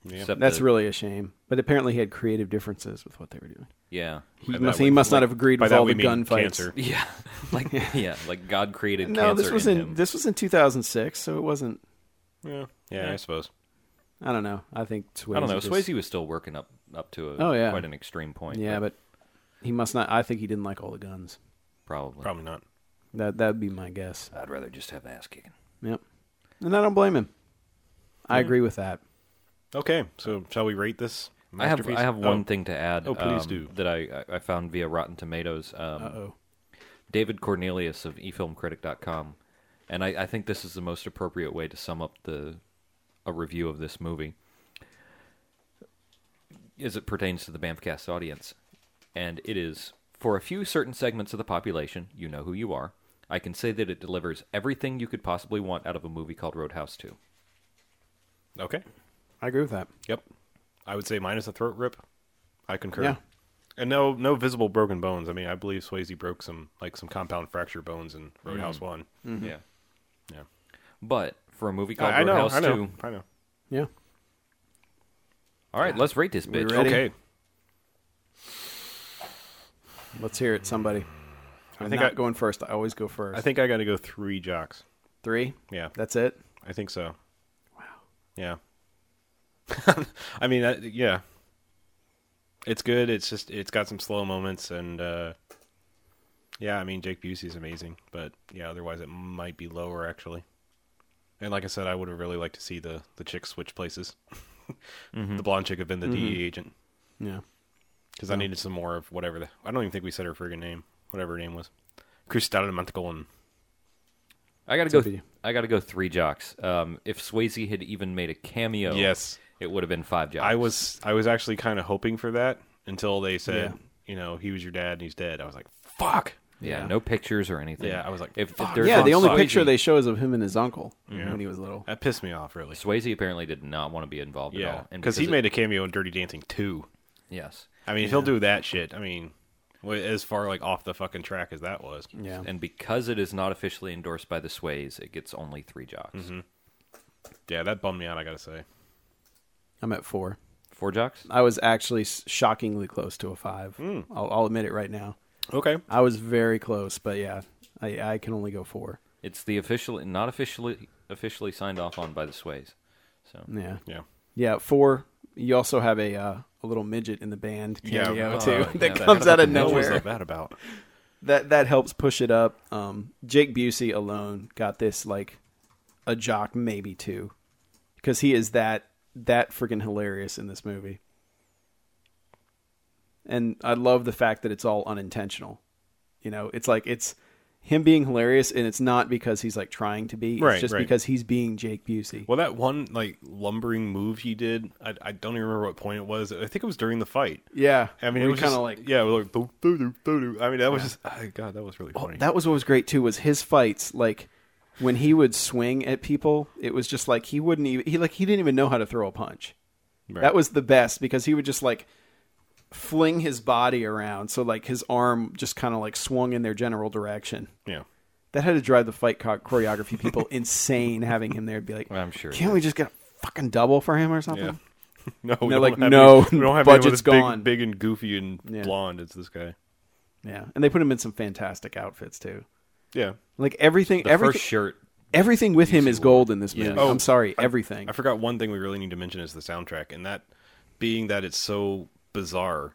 Yeah.
Except
That's
the-
really a shame. But apparently, he had creative differences with what they were doing.
Yeah.
He
By that
must,
we-
he must
like-
not have agreed
by
with
that
all
we
the
mean
gunfights.
cancer.
Yeah. Like yeah, like God created
No,
cancer
this was
in,
in,
him.
this was in 2006, so it wasn't.
Yeah, yeah, I suppose.
I don't know. I think Swayze.
I don't know.
just-
Swayze was still working up up to a,
Oh, yeah.
quite an extreme point.
Yeah, but he must not. I think he didn't like all the guns.
probably.
Probably not.
That that'd be my guess.
I'd rather just have ass kicking.
Yep. And I don't blame him. I agree with that.
Okay, so shall we rate this?
I have
masterpiece?
I have
one
one thing to add.
Oh, please
um,
do.
that I I I found via Rotten Tomatoes. Um,
Oh,
David Cornelius of e efilmcritic.com. And I, I think this is the most appropriate way to sum up the a review of this movie as it pertains to the Bamfcast audience. And it is for a few certain segments of the population, you know who you are. I can say that it delivers everything you could possibly want out of a movie called Roadhouse 2.
Okay.
I agree with that.
Yep. I would say minus a throat rip. I concur.
Yeah.
And no no visible broken bones. I mean, I believe Swayze broke some like some compound fracture bones in Roadhouse One.
Yeah.
Yeah.
But for a movie called
Mm-hmm. I, I know,
Oh, Roadhouse
I know,
2.
I know.
Yeah.
All right, let's rate this
We
bitch.
ready?
Okay.
Let's hear it, somebody. I'm
think
not
I-
going first. I always go first.
I think I got to go three jocks.
three.
Yeah,
That's it.
I think so.
Wow.
Yeah. I mean, I, yeah. It's good. It's just it's got some slow moments and uh yeah, I mean Jake Busey's amazing, but yeah, otherwise it might be lower actually. And like I said, I would have really liked to see the the chick switch places. The blonde chick have been the DE agent
Yeah.
because I needed some more of whatever the I don't even think we said her friggin' name, whatever her name was. Cristal Montagon.
I gotta go.
up to you.
I gotta go three jocks. Um, if Swayze had even made a cameo,
Yes.
it would have been five jocks.
I was I was actually kind of hoping for that until they said,
Yeah.
you know, he was your dad and he's dead. I was like, fuck.
yeah,
Yeah.
no pictures or anything.
Yeah, I was like,
if, if
fuck.
there's
Yeah.
not
The only
Swayze-
picture they show is of him and his uncle
Yeah.
when he was little.
That pissed me off really.
Swayze apparently did not want to be involved at
Yeah,
all, and
because he
it-
made a cameo in Dirty Dancing too.
yes,
I mean, if he'll do that shit. I mean, wa- as far like off the fucking track as that was.
Yeah.
and because it is not officially endorsed by the Sways, it gets only three jocks.
Mm-hmm. Yeah, that bummed me out. I gotta say.
I'm at four.
Four jocks.
I was actually s- shockingly close to a five. I'll, I'll admit it right now.
Okay.
I was very close, but yeah, I, I can only go four.
It's the official, not officially officially signed off on by the Sways. So
Yeah.
Yeah.
Yeah, four. You also have a uh, a little midget in the band
Yeah.
cameo
Oh,
too
yeah,
that
that-
comes out of
What was
nowhere.
that bad about?
That that helps push it up. Um, Jake Busey alone got this like a jock maybe two because he is that that freaking hilarious in this movie. And I love the fact that it's all unintentional. You know, it's like it's him being hilarious, and it's not because he's like trying to be. It's
Right,
just
right.
because he's being Jake Busey.
Well, that one like lumbering move he did. I, I don't even remember what point it was. I think it was during the fight.
Yeah,
I mean, it
where he
was
kinda
just-
like
yeah, it was like, doo, doo, doo, doo, doo. I mean, that was just oh, God, that was really funny.
That was what was great too was his fights. Like when he would swing at people, it was just like he wouldn't even he like he didn't even know how to throw a punch.
Right.
That was the best because he would just like fling his body around, so like his arm just kind of like swung in their general direction.
yeah.
That had to drive the fight co- choreography people insane. Having him there, would be like,
I'm sure it
Can't we just get a fucking double for him or something?
Yeah. No, we
Hmm. they're
don't
like,
have
"No,
any- we don't have anyone that's
budget's gone."
Big, big and goofy and
Yeah.
blonde. It's this guy.
yeah, and they put him in some fantastic outfits too.
Yeah,
Like everything,
the
everything,
first shirt.
everything with him
see
is
what-
gold in this movie.
Oh,
I'm sorry, everything.
I forgot one thing we really need to mention is the soundtrack, and that being that it's so bizarre.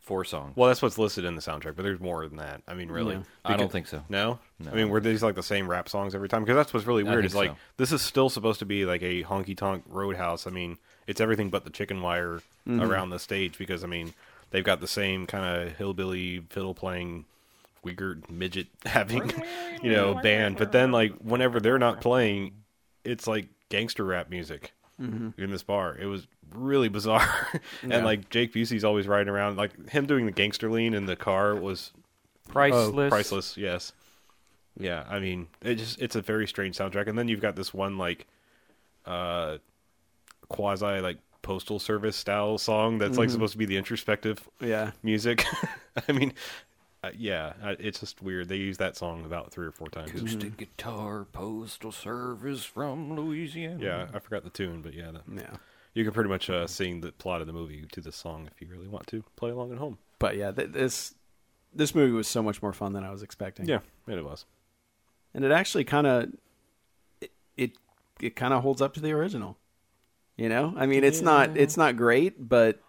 Four songs.
Well, that's what's listed in the soundtrack, but there's more than that. I mean, really,
Yeah.
I don't
Because-
think so.
No? I mean, were these like the same rap songs every time? Because that's what's really weird.
think
It's like
so.
this is still supposed to be like a honky tonk roadhouse. I mean, it's everything but the chicken wire around the stage because I mean they've got the same kind of hillbilly fiddle playing weird midget having you know band. But then like whenever they're not playing, it's like gangster rap music. In this bar, it was really bizarre, and like Jake Busey's always riding around, like him doing the gangster lean in the car was
Priceless.
Oh, priceless yes yeah i mean it just it's a very strange soundtrack and then you've got this one like uh quasi like postal service style song that's like supposed to be the introspective
Yeah.
music. I mean, uh, yeah, uh, it's just weird. They use that song about three or four times.
Acoustic guitar, postal service from Louisiana.
Yeah, I forgot the tune, but yeah, that,
Yeah.
you can pretty much uh, sing the plot of the movie to the song if you really want to play along at home.
But yeah, th- this this movie was so much more fun than I was expecting.
Yeah, it was.
and it actually kind of it it, it kind of holds up to the original. You know, I mean, it's not it's not great, but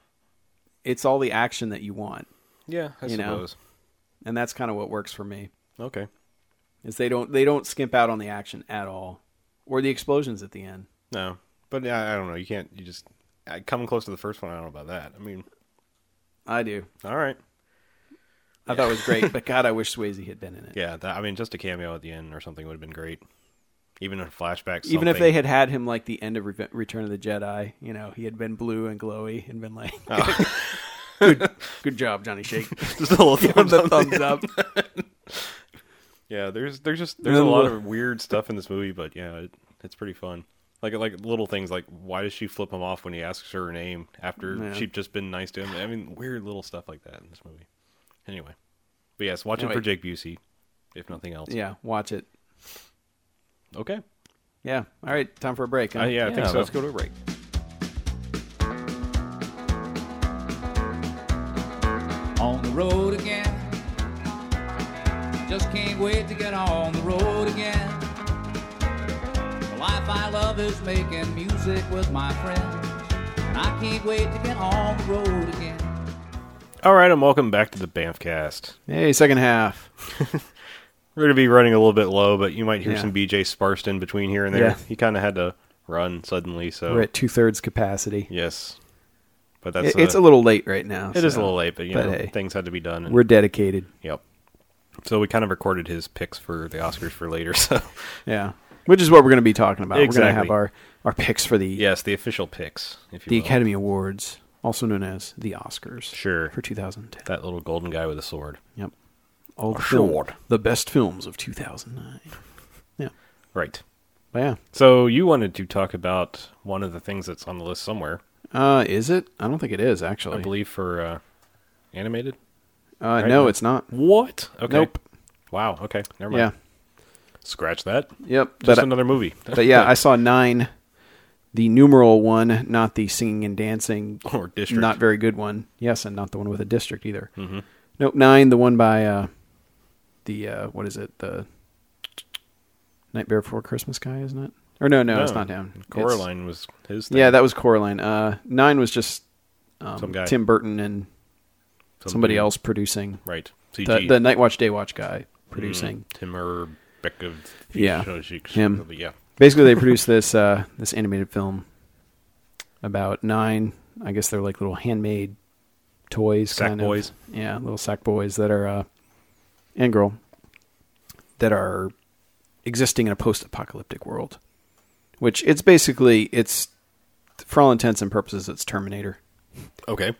it's all the action that you want,
Yeah, I
You know.
suppose.
and that's kind of what works for me.
Okay.
Is they don't they don't skimp out on the action at all, or the explosions at the end.
No, but yeah, I don't know. You can't. You just I, coming close to the first one. I don't know about that. I mean,
I do.
all right.
I thought it was great, but God, I wish Swayze had been in it.
Yeah, that, I mean, just a cameo at the end or something would have been great. Even a flashback.
Even if
something.
they had had him like the end of Re- Return of the Jedi, you know, he had been blue and glowy and been like, good, good job, Johnny Shake.
Ah. just a little thumbs
the
up.
thumbs up.
Yeah, there's there's just there's a
then
lot
we'll-
of weird stuff in this movie, but yeah, it, it's pretty fun. Like like little things like why does she flip him off when he asks her her name after
Yeah.
she'd just been nice to him? I mean, weird little stuff like that in this movie. Anyway, but yes, watch it for
Anyway.
Jake Busey, if nothing else.
Yeah, watch it.
Okay.
Yeah. All right, time for a break. huh?
Uh, yeah, I think so.
Let's go to a break.
on the road again. Just can't wait to get on the road again. The life I love is making music with my friends, and I can't wait to get on the road again.
All right, and welcome back to the Banffcast.
Hey, second half.
We're gonna be running a little bit low, but you might hear
Yeah.
some BJ sparsed in between here and there.
Yeah.
He kind of had to run suddenly, so
We're at two thirds capacity.
yes. But
I-
that's uh,
it's a little late right now.
It is a little late, but you
but
know
hey.
things had to be done. and-
We're dedicated.
Yep. So we kind of recorded his picks for the Oscars for later. So
Yeah, which is what we're going to be talking about. We're going
Exactly.
to have our our picks for the
yes, the official picks, if you
the
will.
Academy Awards, also known as the Oscars.
Sure.
For 2010.
That little golden guy with a sword,
Yep. All the,
Sure.
film- the best films of 2009. Yeah.
right?
But yeah.
So you wanted to talk about one of the things that's on the list somewhere,
Uh, is it? I don't think it is, actually.
I believe, for uh, animated.
uh, no,
now.
it's not.
What? Okay.
Nope.
Wow. Okay. Never mind.
Yeah.
Scratch that.
Yep.
Just
but,
another movie.
but yeah, I saw nine, the numeral one, not the singing and dancing,
or district. Mm-hmm.
not very good one. Yes, and not the one with a district either. Nope, nine, the one by uh, the uh, what is it? The Nightmare Before Christmas guy, isn't it? Or no, no, it's not down. It's-
Coraline was his. Thing.
yeah, that was Coraline. Uh, nine was just um,
Some guy.
Tim Burton and
Some
somebody
dude.
else producing
Right.
the,
CG.
the Night Watch Day Watch guy
Mm.
producing.
Tim or Beck of
Yeah. Him.
Yeah.
Basically, they produced this uh, this animated film about nine. I guess they're like little handmade toys,
Sack
kind
boys.
Of. Yeah, little sack boys that are uh, and girl that are existing in a post-apocalyptic world. Which it's basically it's for all intents and purposes it's Terminator.
Okay.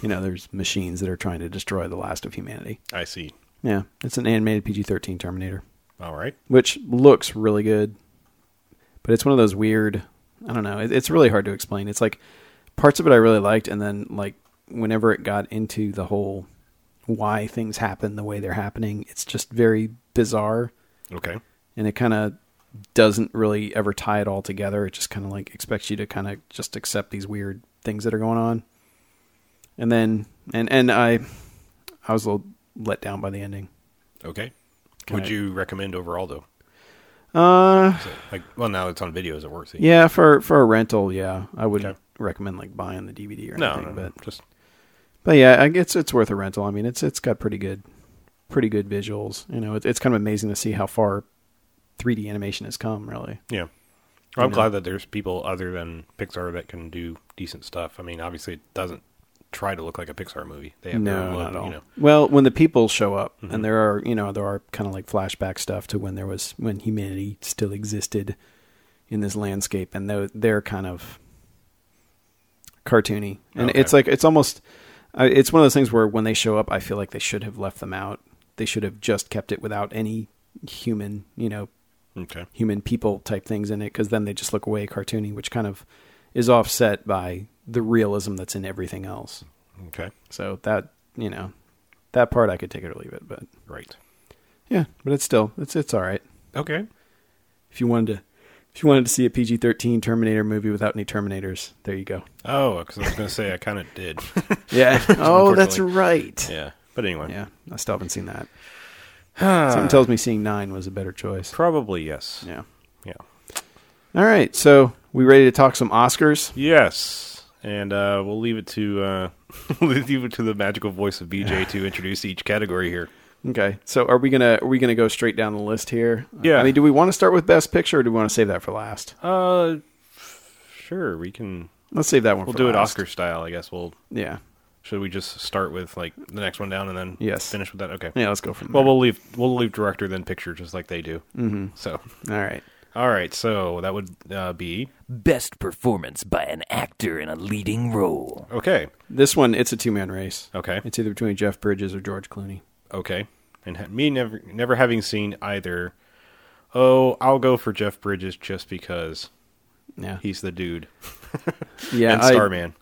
You know, there's machines that are trying to destroy the last of humanity.
I see.
Yeah, it's an animated PG-13 Terminator.
All right.
which looks really good, but it's one of those weird. I don't know. It, it's really hard to explain. It's like parts of it I really liked, and then like whenever it got into the whole why things happen the way they're happening, it's just very bizarre,
Okay.
and it kind of doesn't really ever tie it all together. It just kind of like expects you to kind of just accept these weird things that are going on, and then and and I I was a little let down by the ending.
Okay.
Can
Would
I-
you recommend overall though?
Uh,
So, like, well, now it's on video. Is it worth it?
Yeah, for for a rental, yeah, I wouldn't
Okay.
recommend like buying the DVD or
No,
anything,
no, no,
but
just
but yeah, I guess it's worth a rental. I mean, it's it's got pretty good, pretty good visuals. You know, it's it's kind of amazing to see how far 3D animation has come. Really,
yeah. Well, I'm
know.
glad that there's people other than Pixar that can do decent stuff. I mean, obviously, it doesn't try to look like a Pixar movie. They have their
no,
own look,
not at all.
You know. Mm-hmm.
Well, when the people show up, and there are you know there are kind of like flashback stuff to when there was when humanity still existed in this landscape, and they're, they're kind of cartoony, and
Okay.
it's like it's almost I- it's one of those things where when they show up, I feel like they should have left them out. They should have just kept it without any human, you know,
Okay.
human people type things in it because then they just look way cartoony, which kind of is offset by the realism that's in everything else.
Okay.
So that you know, that part I could take it or leave it, but
Right.
yeah, but it's still it's it's all right.
Okay.
If you wanted to, if you wanted to see a PG thirteen Terminator movie without any Terminators, there you go.
Oh, because I was going to say I kind of did.
Yeah. oh, that's
Unfortunately.
right. Yeah.
Yeah. But anyway.
I still haven't seen that.
Uh.
Something tells me seeing nine was a better choice.
Probably yes.
Yeah.
Yeah.
All right. So we ready to talk some Oscars?
Yes. And uh, we'll leave it to uh, we'll leave it to the magical voice of BJ to introduce each category here.
Okay. So are we gonna are we gonna go straight down the list here?
Yeah.
I mean, do we want to start with Best Picture or do we want to save that for last?
Uh, sure. We can.
Let's save that one.
We'll
for
do it
last.
Oscar style, I guess. We'll.
Yeah.
Should we just start with like the next one down and then
Yes.
finish with that? Okay.
Yeah. Let's go from
Well,
there.
we'll leave we'll leave director then picture just like they do. Mm-hmm. So,
All right.
all right. So that would uh, be
Best performance by an actor in a leading role.
okay.
This one, it's a two man race.
Okay.
It's either between Jeff Bridges or George Clooney.
Okay. And ha- me never never having seen either. Oh, I'll go for Jeff Bridges just because
Yeah.
he's the dude
yeah.
and
I-
Starman.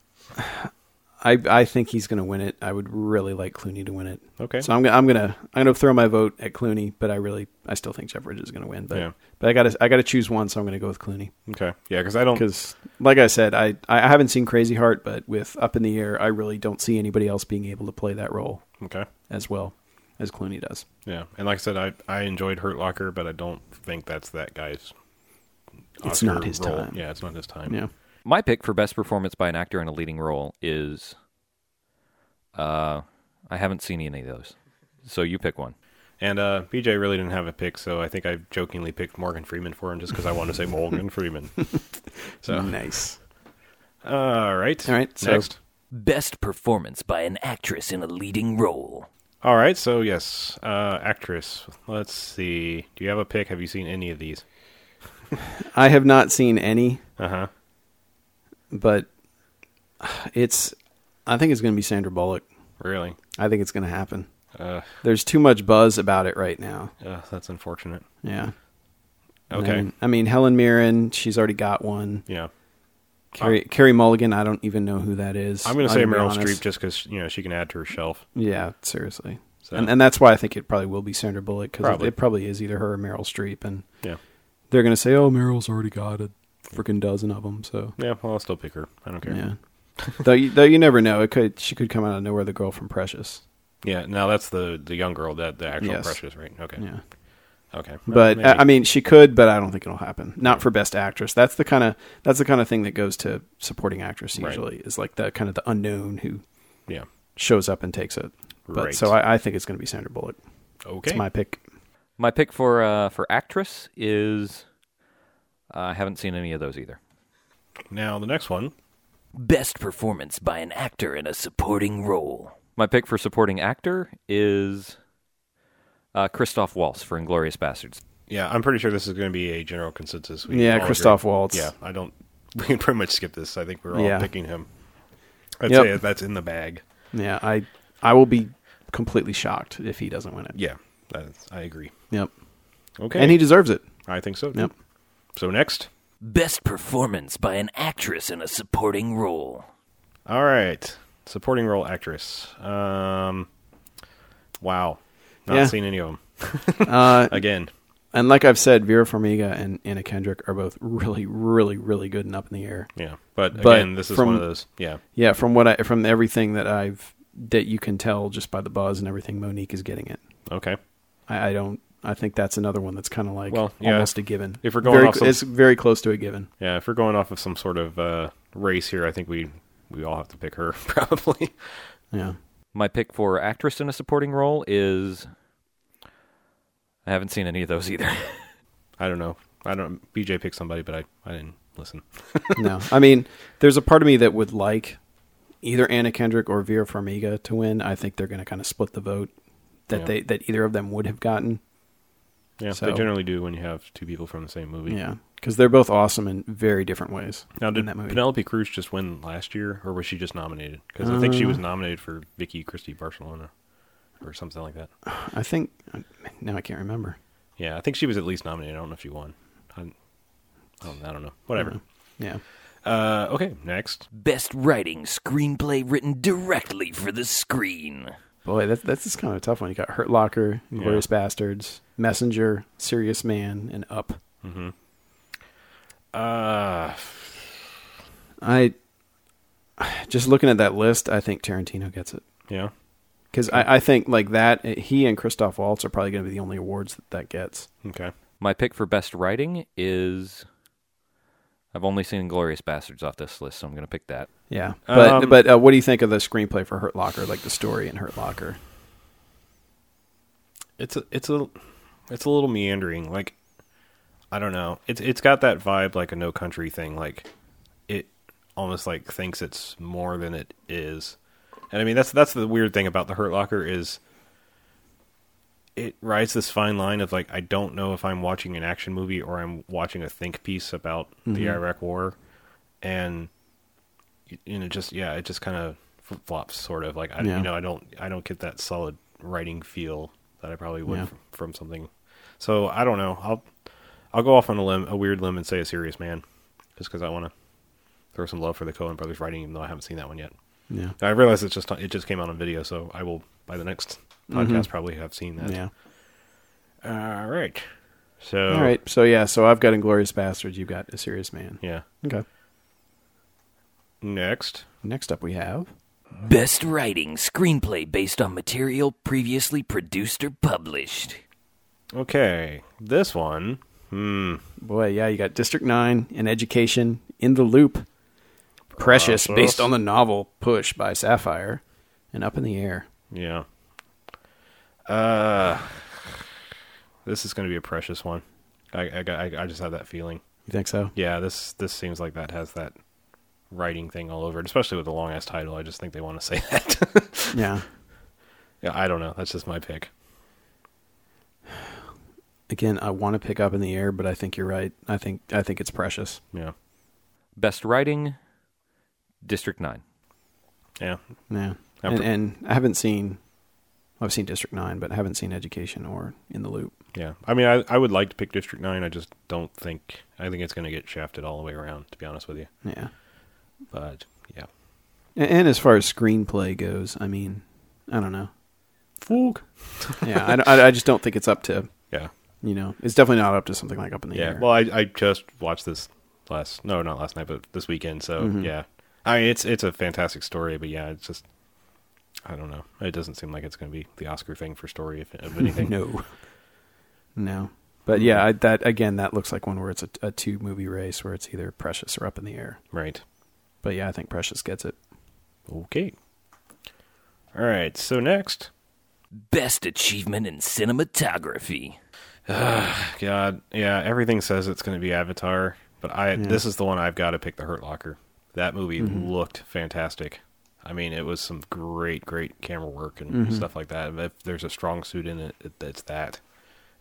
I, I think he's going to win it. I would really like Clooney to win it.
Okay.
So I'm gonna I'm gonna I'm gonna throw my vote at Clooney, but I really I still think Jeff Bridges is going to win. But
Yeah.
but I gotta I gotta choose one, so I'm gonna go with Clooney
Okay. Yeah, because I don't.
because like I said, I I haven't seen Crazy Heart, but with Up in the Air, I really don't see anybody else being able to play that role
Okay.
as well as Clooney does.
Yeah, and like I said, I I enjoyed Hurt Locker, but I don't think that's that guy's.
It's
Oscar
not his
role.
time.
Yeah, it's not his time.
Yeah.
My pick for best performance by an actor in a leading role is. Uh, I haven't seen any of those, so you pick one.
And uh, BJ really didn't have a pick, so I think I jokingly picked Morgan Freeman for him just because I wanted to say Morgan Freeman. So
Nice.
all right,
Mm. All right, so-
next.
Best performance by an actress in a leading role.
All right, so yes, uh, actress. Let's see. Do you have a pick? Have you seen any of these?
I have not seen any,
Uh huh.
but it's I think it's going to be Sandra Bullock.
Really?
I think it's going to happen.
Uh,
There's too much buzz about it right now.
uh, that's unfortunate.
Yeah.
Okay.
I mean, I mean, Helen Mirren, she's already got one.
Yeah.
Carrie, Carrie Mulligan, I don't even know who that is.
Uh. I'm gonna say
be
Meryl
honest.
Streep just because you know she can add to her shelf.
Yeah, seriously.
So-
And, and that's why I think it probably will be Sandra Bullock because
Probably.
it probably is either her or Meryl Streep. And
Yeah.
they're going to say, oh, Meryl's already got a freaking dozen of them. So,
Yeah. Well, I'll still pick her. I don't care.
yeah. though, you, though you never know. It could She could come out of nowhere, the girl from Precious.
Yeah, now that's the the young girl, that the actual
Yes.
Precious, right? Okay,
Yeah.
okay.
But
Well,
I I
maybe.
mean, she could, but I don't think it'll happen. Not for best actress. That's the kind of that's the kind of thing that goes to supporting actress
Right.
usually is like the kind of the unknown who
yeah,
shows up and takes it. But
Right.
so I, I think it's going to be Sandra Bullock.
okay.
It's my pick.
My pick for uh, for actress is. uh, I haven't seen any of those either.
Now the next one.
Best performance by an actor in a supporting role.
My pick for supporting actor is uh, Christoph Waltz for Inglorious Bastards.
Yeah, I'm pretty sure this is going to be a general consensus. We all
yeah,
agree.
Christoph Waltz.
Yeah, I don't. We can pretty much skip this. I think we're all
Yeah.
picking him. I'd
Yep.
say that's in the bag.
yeah. I I will be completely shocked if he doesn't win it.
Yeah, that's, I agree.
Yep.
Okay,
And he deserves it.
I think so. too.
Yep.
So next.
Best performance by an actress in a supporting role.
All right, supporting role actress. Um, wow, not
Yeah.
seen any of them
Uh,
again.
and like I've said, Vera Farmiga and Anna Kendrick are both really, really, really good and up in the air.
Yeah, but again,
But
this is
from-
one of those. Yeah,
Yeah, from what I from everything that I've that you can tell just by the buzz and everything, Monique is getting it.
okay.
I, I don't. I think that's another one that's kind of like
Well, yeah,
almost a given.
if we're going
very,
off
cl-
some-
it's very close to a given.
Yeah, if we're going off of some sort of uh, race here, I think we we all have to pick her probably.
Yeah.
My pick for actress in a supporting role is. I haven't seen any of those either.
I don't know. I don't. BJ picked somebody, but I I didn't listen.
no, I mean, there's a part of me that would like either Anna Kendrick or Vera Farmiga to win. I think they're going to kind of split the vote that
Yeah.
they that either of them would have gotten.
Yeah,
So-
they generally do when you have two people from the same movie.
Yeah, because they're both awesome in very different ways.
Now, did
in that movie,
Penelope Cruz just win last year, or was she just nominated? Because I think she was
Uh.
nominated for Vicky Christie Barcelona, or something like that.
I think now I can't remember.
Yeah, I think she was at least nominated. I don't know if she won. I, I, don't, I don't know. Whatever.
Yeah,
Uh, okay, next.
Best writing screenplay written directly for the screen.
Boy, that's that's just kind of a tough one. You got Hurt Locker, Glorious Bastards, Messenger, Serious Man, and Up.
Uh,
I just looking at that list, I think Tarantino gets it
yeah.
because I, I think like that he and Christoph Waltz are probably going to be the only awards that that gets.
Okay.
My pick for best writing is. I've only seen Glorious Bastards off this list, so I'm going to pick that.
Yeah, but
Um,
but uh, what do you think of the screenplay for Hurt Locker, like the story in Hurt Locker?
It's a, it's a, it's a little meandering. Like, I don't know. It's it's got that vibe like a No Country thing. Like, it almost like thinks it's more than it is. And I mean that's that's the weird thing about the Hurt Locker is it rides this fine line of like I don't know if I'm watching an action movie or I'm watching a think piece about the Iraq War, and you know just yeah it just kind of flip flops sort of like I
Yeah.
you know I don't I don't get that solid writing feel that I probably would
Yeah.
from, from something. So I don't know. I'll I'll go off on a limb, a weird limb, and say a serious man, just because I want to throw some love for the Cohen brothers writing, even though I haven't seen that one yet.
Yeah,
I realize it's just it just came out on video, so I will by the next podcast probably have seen that.
Mm-hmm. yeah.
All right. So
All right, so yeah, so I've got Inglorious Bastards. You've got A Serious Man.
Yeah.
Okay.
Next.
Next up, we have
Best writing screenplay based on material previously produced or published.
Okay. This one. Hmm.
boy, yeah, you got District Nine and Education in the Loop,
Precious.
Precious, based on the novel Push by Sapphire, and Up in the Air.
Yeah. Uh. This is going to be a precious one. I I got- I, I just have that feeling.
You think so?
Yeah. This this seems like that has that writing thing all over it, especially with the long ass title. I just think they want to say that.
Yeah.
yeah. I don't know. That's just my pick.
Again, I want to pick Up in the Air, but I think you're right. I think I think it's Precious.
Yeah.
Best writing, District 9.
Yeah.
Yeah.
I'm
And,
pre-
and I haven't seen, I've seen District Nine, but I haven't seen Education or In the Loop.
Yeah, I mean, I, I would like to pick District Nine. I just don't think I think it's going to get shafted all the way around. To be honest with you,
Yeah.
but yeah,
And, and as far as screenplay goes, I mean, I don't know.
Fook.
Yeah, I, don't- I, I just don't think it's up to
Yeah,
you know. It's definitely not up to something like Up in the
yeah.
Air.
Well, I, I just watched this last no, not last night, but this weekend. So yeah, I mean, it's it's a fantastic story, but yeah, it's just I don't know. It doesn't seem like it's going to be the Oscar thing for story, if, if anything.
no, no. But
Hmm.
yeah, I, that again, that looks like one where it's a, a two movie race where it's either Precious or Up in the Air.
Right.
But yeah, I think Precious gets it.
Okay. All right. So next,
Best achievement in cinematography.
God, yeah, everything says it's going to be Avatar, but I this is the one I've got to pick. The Hurt Locker. That movie looked fantastic. I mean, it was some great, great camera work and stuff like that. If there's a strong suit in it, it it's that.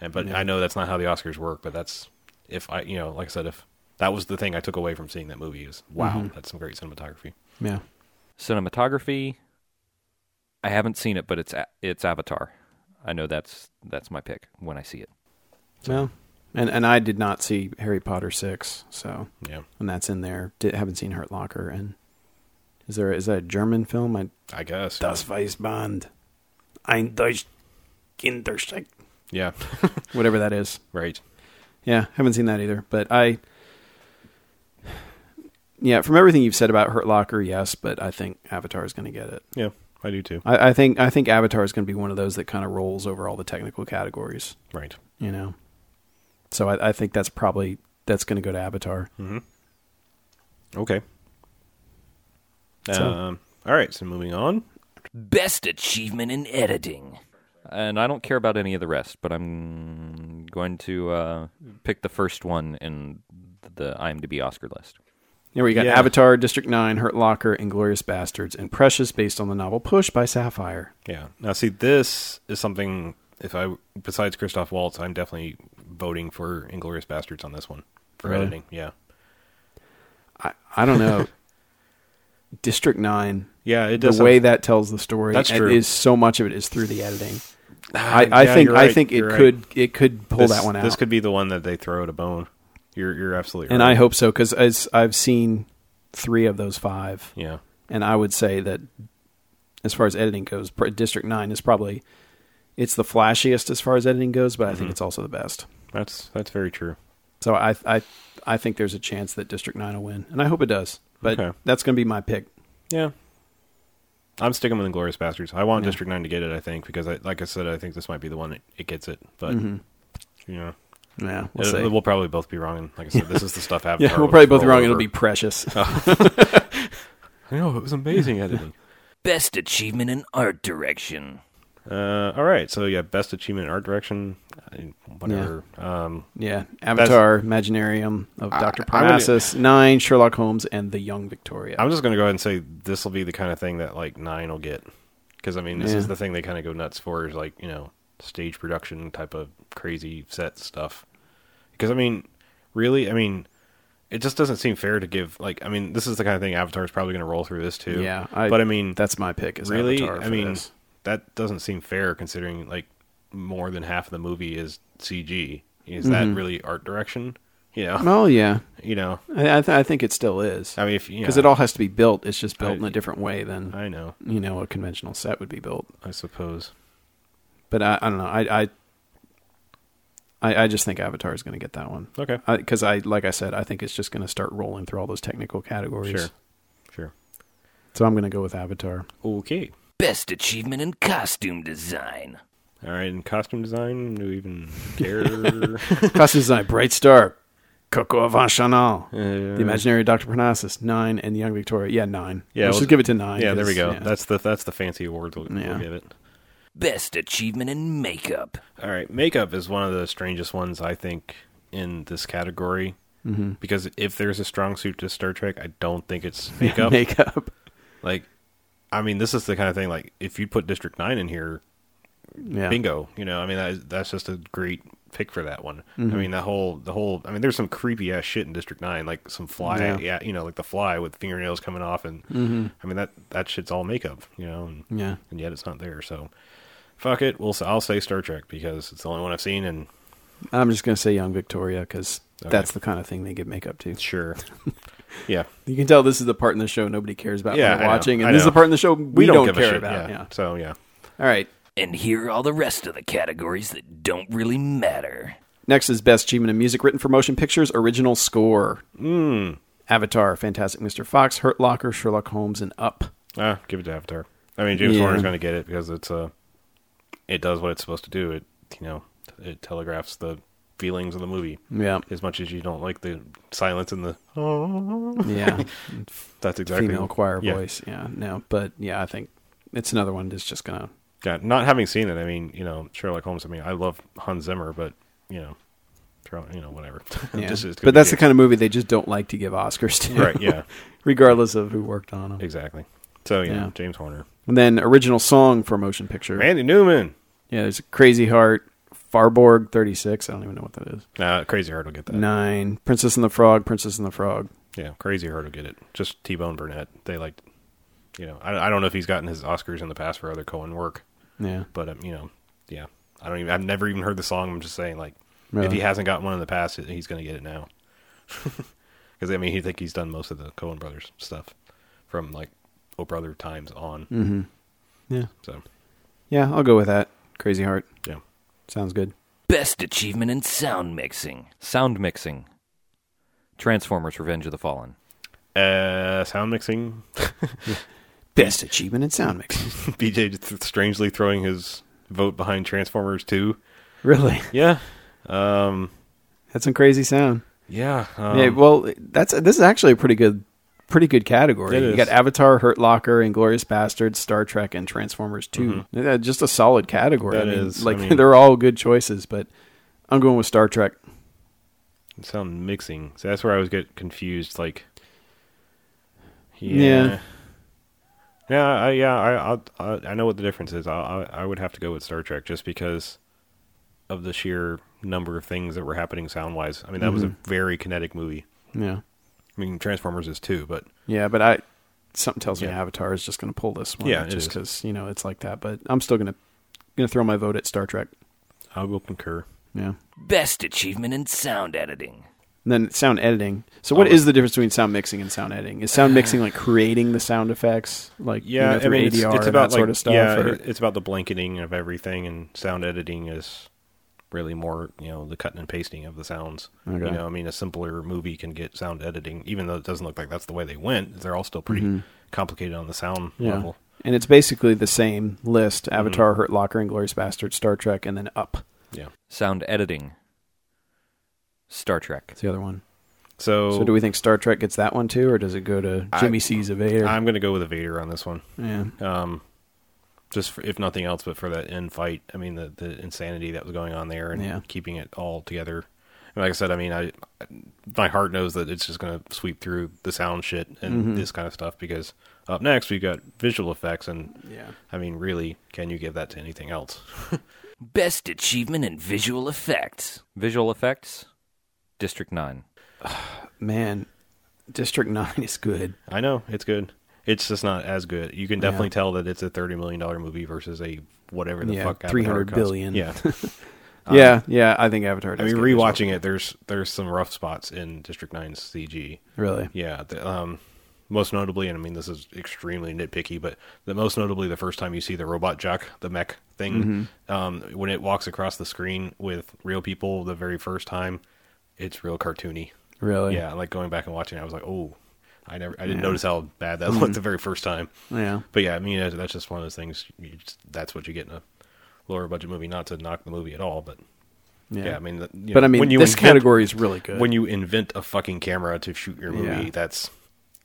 And but I know that's not how the Oscars work, but that's if I, you know, like I said, if that was the thing I took away from seeing that movie is wow, that's some great cinematography.
Yeah.
Cinematography, I haven't seen it, but it's a- it's Avatar. I know that's that's my pick when I see it.
Well, and and I did not see Harry Potter six, so
Yeah,
and that's in there. Did, haven't seen Hurt Locker, and is there is that a German film? I
I guess.
Das Weißband, ein Deutsch Kinderstück,
Yeah,
whatever that is.
right.
Yeah, haven't seen that either. But I, yeah, from everything you've said about Hurt Locker, yes, but I think Avatar is going to get it.
Yeah, I do too.
I, I think I think Avatar is going to be one of those that kind of rolls over all the technical categories,
Right.
you know. So I, I think that's probably that's going to go to Avatar.
Okay.
So-
Um. All right. So moving on.
Best achievement in editing.
And I don't care about any of the rest, but I'm going to uh, pick the first one in the IMDb Oscar list.
Here we got
Yeah.
Avatar, District Nine, Hurt Locker, Inglorious Bastards, and Precious, based on the novel Push by Sapphire.
Yeah. Now, see, this is something. If I besides Christoph Waltz, I'm definitely voting for Inglorious Bastards on this one for
Really?
editing. Yeah.
I, I don't know. District Nine,
Yeah. It
the
does.
way that tells the story
That's
and
true. Ah,
is so much of it is through the editing. I, I
yeah,
think
you're
I
right,
think it
you're right.
could it could pull
this,
that one out,
This could be the one that they throw at a bone. You're you're absolutely
and
right.
I hope so because as I've seen three of those five.
Yeah.
and I would say that as far as editing goes, pr- District Nine is probably it's the flashiest as far as editing goes, but I
Mm-hmm.
think it's also the best.
That's that's very true.
So I I I think there's a chance that District Nine will win, and I hope it does. But
Okay.
that's going to be my pick.
Yeah. I'm sticking with Inglorious Bastards. I want District 9 to get it, I think, because, I, like I said, I think this might be the one that it gets it. But, you know,
Yeah,
it-
Mm-hmm. we'll see.
we'll probably both be wrong. And, like I said, this is the stuff Avatar.
yeah, we'll
will
probably both be
roll
wrong. It'll
over.
be precious.
I know, it was amazing editing.
Best achievement in art direction.
Uh, all right, so yeah, best achievement in art direction, I- whatever. Um,
yeah, Avatar, Imaginarium of Doctor Parnassus, Nine, Sherlock Holmes, and The Young Victoria.
I'm just gonna go ahead and say this will be the kind of thing that like nine will get, because I mean this
Yeah.
is the thing they kind of go nuts for is like you know stage production type of crazy set stuff. Because I mean, really, I mean, it just doesn't seem fair to give like I mean this is the kind of thing Avatar's probably gonna roll through this too.
yeah,
but I mean
that's my pick. Is
really
Avatar
I
for
mean
this.
that doesn't seem fair considering like more than half of the movie is CG. Is
Mm-hmm.
that really art direction? You know,
well, yeah,
you know.
I I, th- I think it still is.
I mean, if you
because
know,
it all has to be built. It's just built
I-
in a different way than
I know.
you know a conventional set would be built.
I suppose.
But I, I don't know. I, I I I just think Avatar is going to get that one
Okay.
because I, like I said, I think it's just going to start rolling through all those technical categories.
Sure. Sure.
So I'm going to go with Avatar.
Okay.
Best achievement in costume design.
All right. And costume design, do we even care?
Costume design: Bright Star, Coco Avant Chanel,
Uh,
The Imaginary Doctor Parnassus, Nine, and The Young Victoria. Yeah, nine.
Yeah,
let's
well,
just give it to nine.
yeah. There we
'cause,
go.
yeah.
That's the that's the fancy awards we'll,
Yeah.
we'll give it.
Best achievement in makeup.
All right. Makeup is one of the strangest ones I think in this category
Mm-hmm.
because if there's a strong suit to Star Trek, I don't think it's makeup.
makeup.
like, I mean, this is the kind of thing. Like, if you put District Nine in here,
Yeah.
bingo. You know, I mean, that, that's just a great pick for that one. I
Mm-hmm.
mean, the whole, the whole. I mean, there's some creepy ass shit in District Nine, like some fly,
Yeah. Mm-hmm.
yeah, you know, like the fly with fingernails coming off, and I mean that that shit's all makeup, you know, and,
Yeah.
and yet it's not there. So, fuck it. We'll s- I'll say Star Trek because it's the only one I've seen, and
I'm just going to say Young Victoria because
Okay.
that's the kind of thing they give makeup to.
sure, yeah,
You can tell this is the part in the show nobody cares about
Yeah,
when
I
they're
know,
watching, and
I
this is the
know.
part in the show we, don't,
give a
care
shit,
about. Yeah.
So yeah,
All right.
And here are all the rest of the categories that don't really matter.
Next is best achievement in music written for motion pictures, original score.
Mm.
Avatar, Fantastic Mr. Fox, Hurt Locker, Sherlock Holmes, and Up.
ah, give it to Avatar. I mean, James
Yeah.
Horner's going to get it because it's uh, it does what it's supposed to do. It you know, it telegraphs the feelings of the movie.
Yeah,
as much as you don't like the silence and the
yeah.
that's exactly
Female choir
yeah.
voice. Yeah, no, but yeah, I think it's another one that's just gonna.
Yeah, not having seen it, I mean, you know, Sherlock Holmes. I mean, I love Hans Zimmer, but you know, Sherlock- you know, whatever.
Yeah.
This is gonna
but that's
be
the kind of movie they just don't like to give Oscars to,
it. right. Yeah,
regardless of who worked on them.
exactly. So yeah,
Yeah.
James Horner,
And then original song for motion picture.
Randy Newman.
Yeah, there's Crazy Heart, Farborg 36. I don't even know what that is.
Nah, Ah, Crazy Heart will get that.
Nine, Princess and the Frog, Princess and the Frog.
Yeah, Crazy Heart will get it. Just T Bone Burnett. They like, you know, I, I don't know if he's gotten his Oscars in the past for other Cohen work,
Yeah.
but um, you know, yeah, I don't even. I've never even heard the song. I'm just saying, like, if
Really?
he hasn't got one in the past, he's going to get it now. Because I mean, he think he's done most of the Cohen Brothers stuff from like Oh Brother times on.
Mm-hmm. Yeah.
So
Yeah, I'll go with that. Crazy Heart.
yeah,
Sounds good.
Best achievement in sound mixing.
Sound mixing. Transformers: Revenge of the Fallen.
uh, sound mixing.
Best achievement in sound mixing.
BJ th- strangely throwing his vote behind Transformers Two.
really?
Yeah, um,
That's some crazy sound.
yeah, um,
yeah, well, that's this is actually a pretty good pretty good category.
It
you
is.
got Avatar, Hurt Locker, Inglorious Bastards, Star Trek and Transformers 2. Yeah, Just a solid category.
Mm-hmm. That
I mean,
is, I
like
mean-
they're all good choices, but I'm going with Star Trek.
sound mixing. So that's where I was get confused. Like, yeah,
Yeah.
yeah, I, yeah. I, I- I I know what the difference is. I, I I would have to go with Star Trek just because of the sheer number of things that were happening sound wise. I mean, that was a very kinetic movie.
Yeah.
I mean, Transformers is too, but
Yeah, but I something tells me
Yeah.
Avatar is just going to pull this one.
Yeah, it is.
just because you know it's like that. But I'm still going to going to throw my vote at Star Trek.
I will concur.
Yeah.
Best achievement in sound editing.
And then sound editing. So
Oh,
what is the difference between sound mixing and sound editing? Is sound mixing like creating the sound effects, like you
Yeah,
know,
I
through
mean, it's,
ADR
it's
and
about
that sort
like-
of stuff?
Yeah,
or-
it- it's about the blanketing of everything, and sound editing is really more, you know, the cutting and pasting of the sounds. You
Okay.
know, I mean, a simpler movie can get sound editing, even though it doesn't look like that's the way they went. They're all still pretty complicated on the sound
Mm-hmm. Yeah.
level.
And it's basically the same
Mm-hmm.
list: Avatar, Hurt Locker, Inglorious Bastard, Star Trek, and then Up.
Sound editing. Star Trek.
It's the other one.
So,
So do we think Star Trek gets that one too, or does it go to Jimmy C's Evader?
I'm going to go with a Vader on this one.
yeah.
Um, just for, if nothing else, but for that end fight. I mean, the the insanity that was going on there and
Yeah.
keeping it all together. And like I said, I mean, I my heart knows that it's just going to sweep through the sound shit and
Mm-hmm.
this kind of stuff because up next we've got visual effects and
Yeah.
I mean, really, can you give that to anything else?
Best achievement in visual effects.
Visual effects. District 9.
Man, District Nine is good.
I know it's good. It's just not as good. You can definitely tell that it's a thirty million dollar movie versus a whatever the
Yeah,
fuck Avatar
300
cost.
billion.
Yeah,
yeah, yeah. I think Avatar.
Uh, I
Does
mean,
get this one.
rewatching it, there's there's some rough spots in District 9's CG.
Really?
Yeah, the, um, most notably, and I mean this is extremely nitpicky, but the most notably, the first time you see the robot jock, the mech thing,
Mm-hmm.
um, when it walks across the screen with real people the very first time, it's real cartoony.
Really?
Yeah, like going back and watching, it, I was like, oh, I never, I didn't notice how bad
Mm-hmm.
that looked the very first time.
Yeah.
But yeah, I mean that- that's just one of those things. You just, that's what you get in a lower budget movie. Not to knock the movie at all, but
Yeah.
yeah, I mean, the, you
but
know,
I mean,
when you
this
invent-
category is really good.
when you invent a fucking camera to shoot your movie,
Yeah.
that's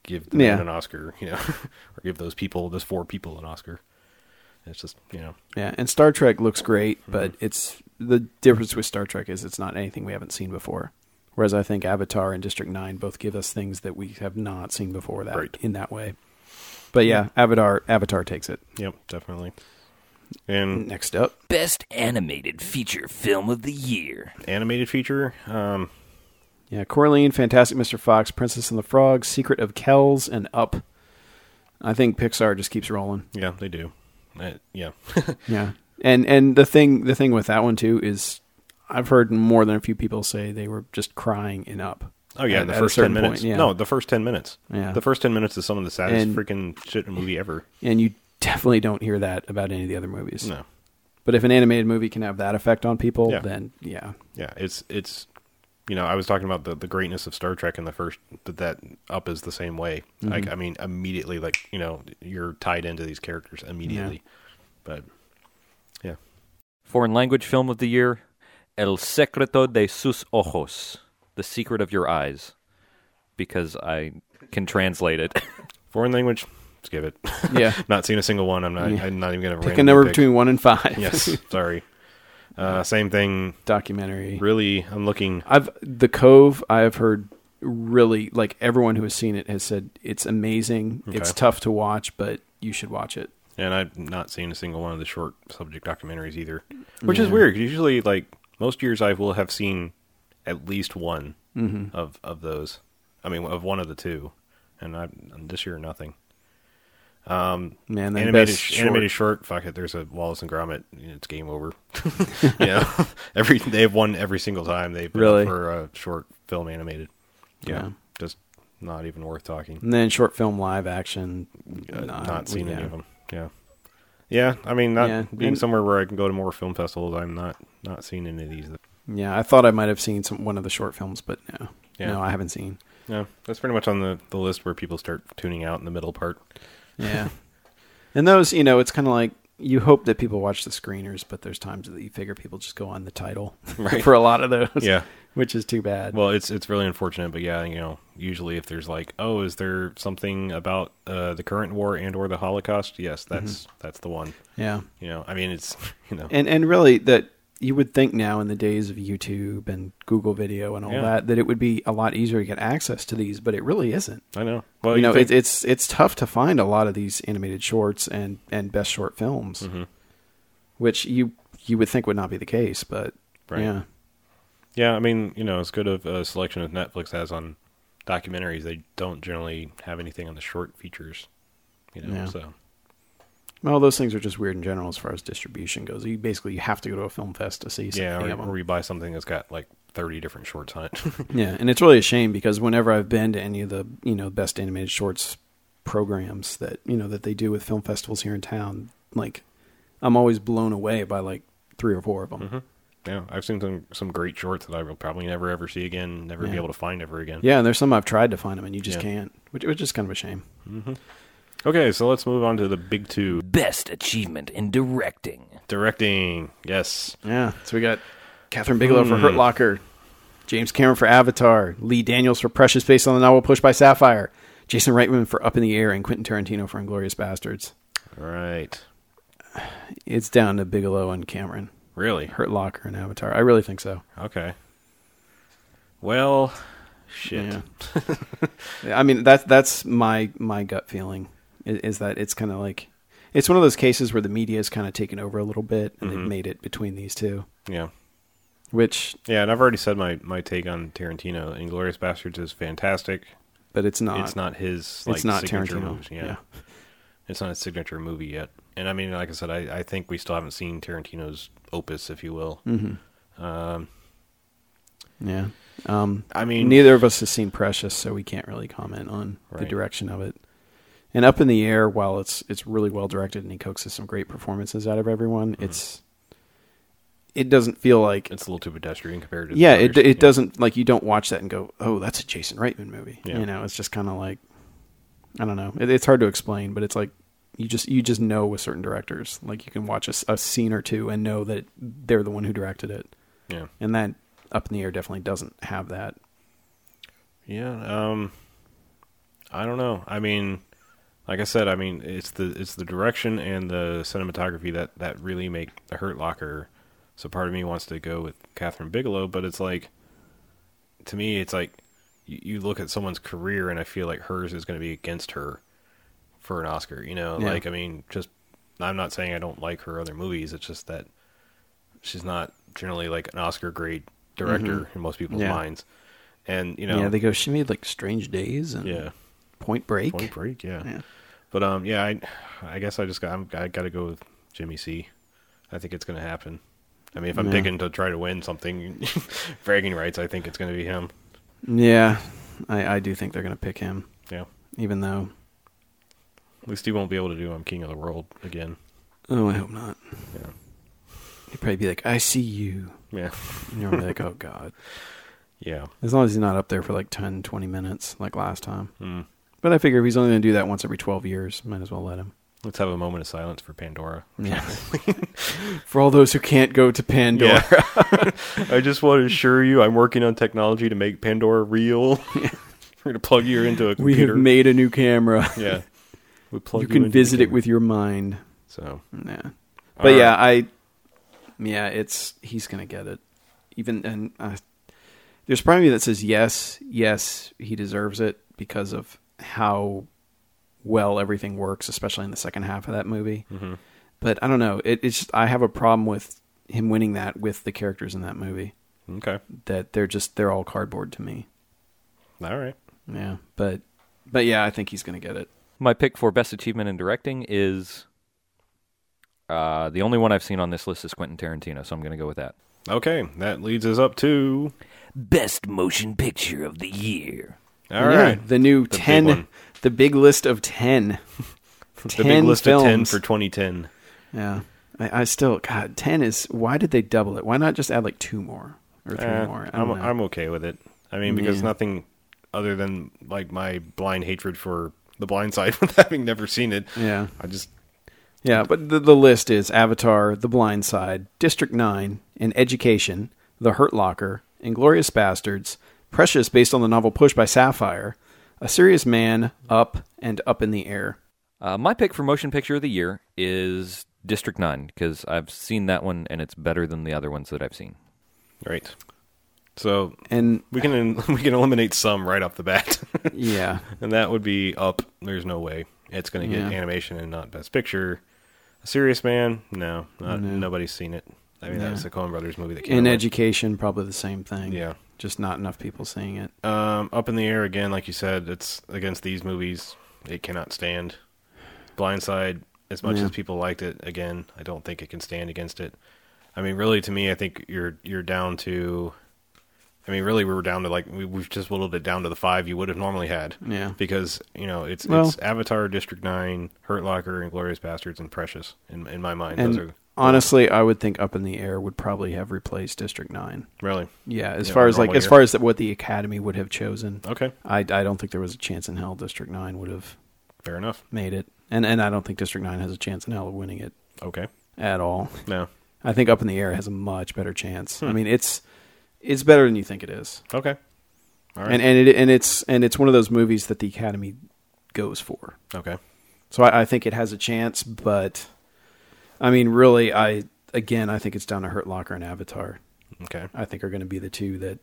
give the
Yeah.
man an Oscar, you know, or give those people, those four people, an Oscar. It's just you know,
yeah, and Star Trek looks great,
Mm-hmm.
but it's the difference with Star Trek is it's not anything we haven't seen before. Whereas I think Avatar and District Nine both give us things that we have not seen before that
Right.
in that way. But yeah, Avatar Avatar takes it.
yep, definitely. And
Next up,
Best animated feature film of the year.
animated feature, um,
yeah, Coraline, Fantastic Mr. Fox, Princess and the Frog, Secret of Kells, and Up. I think Pixar just keeps rolling.
yeah, they do, Uh, yeah,
Yeah, and and the thing the thing with that one too is I've heard more than a few people say they were just crying in up.
oh yeah,
At-
the
at a
first ten
certain
minutes.
point, yeah.
No, the first ten minutes.
Yeah.
the first ten minutes is some of the saddest
And-
freaking shit in a movie ever.
and you definitely don't hear that about any of the other movies.
No.
But if an animated movie can have that effect on people,
Yeah.
then yeah,
yeah it's it's you know i was talking about the, the greatness of star trek in the first that that up is the same way
Mm-hmm.
like i mean immediately like you know you're tied into these characters immediately but yeah
Foreign language film of the year. El secreto de sus ojos. The secret of your eyes. Because I can translate it.
foreign language just give it
yeah.
not seen a single one i'm not
Yeah.
i'm not even gonna
Pick a
randomly
number
pick.
between one and five.
yes sorry uh same thing
documentary.
really i'm looking
I've the Cove. I've heard really like everyone who has seen it has said it's amazing. It's
Okay.
tough to watch, but you should watch it.
and i've not seen a single one of the short subject documentaries either which is weird 'cause usually like most years i will have seen at least one
Mm-hmm.
of of those i mean of one of the two and i and this year nothing
Man, then
animated
best
sh-
short-
animated short fuck it there's a wallace and gromit it's game over you know every they've won every single time they've been up
Really?
for a short film animated yeah,
Yeah.
just not even worth talking
and then short film live action.
not,
Nah,
seen any
yeah.
of them. Yeah, yeah. I mean, not
Yeah,
being
and-
somewhere where I can go to more film festivals, I'm not not seeing any of these.
Yeah, I thought I might have seen some one of the short films, but no,
Yeah.
no, I haven't seen.
No, that's pretty much on the the list where people start tuning out in the middle part.
Yeah, and those, you know, it's kind of like you hope that people watch the screeners, but there's times that you figure people just go on the title
Right.
for a lot of those.
Yeah.
which is too bad.
Well, it's it's really unfortunate, but yeah, you know, usually if there's like, oh, is there something about uh, the current war and or the Holocaust? Yes, that's that's the one.
yeah,
You know, I mean, it's you know,
Mm-hmm. and and really that you would think now in the days of YouTube and Google Video and all
Yeah.
that that it would be a lot easier to get access to these, but it really isn't.
I know. Well,
you know,
think-
it, it's it's tough to find a lot of these animated shorts and and best short films,
Mm-hmm.
which you you would think would not be the case, but
Right.
yeah,
Yeah, I mean, you know, as good of a selection as Netflix has on documentaries, they don't generally have anything on the short features. You know,
Yeah.
so
well, those things are just weird in general as far as distribution goes. You basically have to go to a film fest to see something
yeah,
of
or,
'em.
or you buy something that's got like thirty different shorts on it.
Yeah, and it's really a shame because whenever I've been to any of the you know best animated shorts programs that you know that they do with film festivals here in town, like I'm always blown away by like three or four of them.
Mm-hmm. yeah, I've seen some some great shorts that I will probably never ever see again, never be able to find ever again.
Yeah, and there's some I've tried to find them and you just
Yeah.
can't, which which is kind of a shame.
Okay, so let's move on to the big two
Best achievement in directing.
directing. Yes,
Yeah, so we got Catherine Bigelow for
Hmm.
Hurt Locker, James Cameron for Avatar, Lee Daniels for Precious, based on the novel Pushed by Sapphire, Jason Reitman for Up in the Air, and Quentin Tarantino for Inglorious Bastards.
All right,
It's down to Bigelow and Cameron,
really?
Hurt Locker and Avatar. I really think so.
Okay. Well, shit.
Yeah. I mean that's that's my my gut feeling i- is, that it's kind of like it's one of those cases where the media is kind of taken over a little bit and
Mm-hmm.
they've made it between these two,
yeah.
which
Yeah, and I've already said my, my take on Tarantino. Inglorious Bastards is fantastic.
but it's not.
it's not his like
Uh, It's not
signature
Tarantino,
movies. Yeah.
yeah.
It's not his signature movie yet. And I mean, like I said, I, I think we still haven't seen Tarantino's opus, if you will.
Mm-hmm. Yeah. Um,
I mean-
neither of us has seen Precious, so we can't really comment on the
Right.
direction of it. And up in the air, while it's it's really well directed and he coaxes some great performances out of everyone, it's it doesn't feel like
Mm-hmm. It's a little too pedestrian compared to. the
yeah, it
others.
it doesn't like you don't watch that and go, oh, that's a Jason Reitman movie.
Yeah.
You know, it's just kind of like I don't know. It, it's hard to explain, but it's like you just you just know with certain directors, like you can watch a, s- a scene or two and know that they're the one who directed it,
Yeah.
and that up in the air definitely doesn't have that.
Yeah. Um, I don't know. I mean, like I said, I mean, it's the it's the direction and the cinematography that that really make the Hurt Locker. So part of me wants to go with Catherine Bigelow, but it's like, to me, it's like you, you look at someone's career, and I feel like hers is going to be against her for an Oscar. You know,
Yeah.
like I mean, just I'm not saying I don't like her other movies. It's just that she's not generally like an Oscar grade director in most people's
Mm-hmm. Yeah.
minds. And you know,
Yeah, they go. She made like Strange Days and
yeah,
Point Break.
Point Break. Yeah.
Yeah.
But um, yeah, I, I guess I just got I'm, I got to go with Jimmy C. I think it's gonna happen. I mean, if I'm
Yeah.
picking to try to win something, bragging rights, I think it's gonna be him.
Yeah, I I do think they're gonna pick him,
Yeah.
even though
At least he won't be able to do "I'm King of the World" again.
oh, I hope not.
Yeah.
He'd probably be like, I see you.
Yeah.
And you're like, oh god.
Yeah.
As long as he's not up there for like 10, 20 minutes like last time.
Mm.
But I figure if he's only going to do that once every 12 years, might as well let him.
Let's have a moment of silence for Pandora.
Yeah. for all those who can't go to Pandora.
I just want to assure you, I'm working on technology to make Pandora real. We're gonna plug you into a
We
computer.
have made a new camera.
yeah. We plug
you can
into the
visit it
computer.
with your mind.
So
Yeah.
All
But yeah, I yeah, it's he's going to get it. Even and uh, there's part of me that says yes, yes, he deserves it because of how well everything works, especially in the second half of that movie.
Mm-hmm.
But I don't know. It, it's just, I have a problem with him winning that with the characters in that movie.
okay.
That they're just they're all cardboard to me.
All right.
Yeah, but but yeah, I think he's gonna get it.
My pick for best achievement in directing is uh, the only one I've seen on this list is Quentin Tarantino, so I'm going to go with that.
Okay, that leads us up to
Best motion picture of the year.
all right.
Yeah, the new
big
ten,
one.
the big list of ten.
the big list of ten
films.
for 2010.
Yeah. I, I still, God, 10 is, why did they double it? Why not just add like two more or three
Eh,
more? I
I'm
don't know.
I'm okay with it. I mean, because
Yeah.
nothing other than like my blind hatred for The Blind Side, with having never seen it.
yeah.
I just
Yeah. But the, the list is Avatar, The Blind Side, District 9, and Education, The Hurt Locker, Inglorious Bastards, Precious, based on the novel Push by Sapphire, A Serious Man, Up, and Up in the Air.
Uh, my pick for motion picture of the year is District 9 because I've seen that one and it's better than the other ones that I've seen.
right. So
And
we can we can eliminate some right off the bat,
yeah,
and that would be up. There's no way it's going to get
Yeah.
animation and not Best Picture. A Serious Man, no, not, nobody's seen it. I mean, that was the Coen Brothers movie that came.
in
out.
Education, probably the same thing.
Yeah.
Just not enough people seeing it.
Um, up in the air again, like you said, it's against these movies. It cannot stand. Blindside, as much
Yeah.
as people liked it, again, I don't think it can stand against it. I mean, really, to me, I think you're you're down to I mean, really, we were down to like we, we've just whittled it down to the five you would have normally had.
Yeah.
Because you know it's
Well-
it's Avatar, District Nine, Hurt Locker, Inglorious Bastards, and Precious in in my mind. Those
And
are
honestly, I would think Up in the Air would probably have replaced District Nine.
really
Yeah, as
Yeah,
far as like
normal
as
year.
far as what the Academy would have chosen,
okay.
I I don't think there was a chance in hell District Nine would have
Fair enough.
made it, and and I don't think District Nine has a chance in hell of winning it
Okay.
at all.
No.
I think Up in the Air has a much better chance.
Hmm.
I mean, it's it's better than you think it is,
Okay. All right.
and and it and it's and it's one of those movies that the Academy goes for.
okay.
So I, I think it has a chance, but I mean, really, I again, I think it's down to Hurt Locker and Avatar.
Okay.
I think are going to be the two that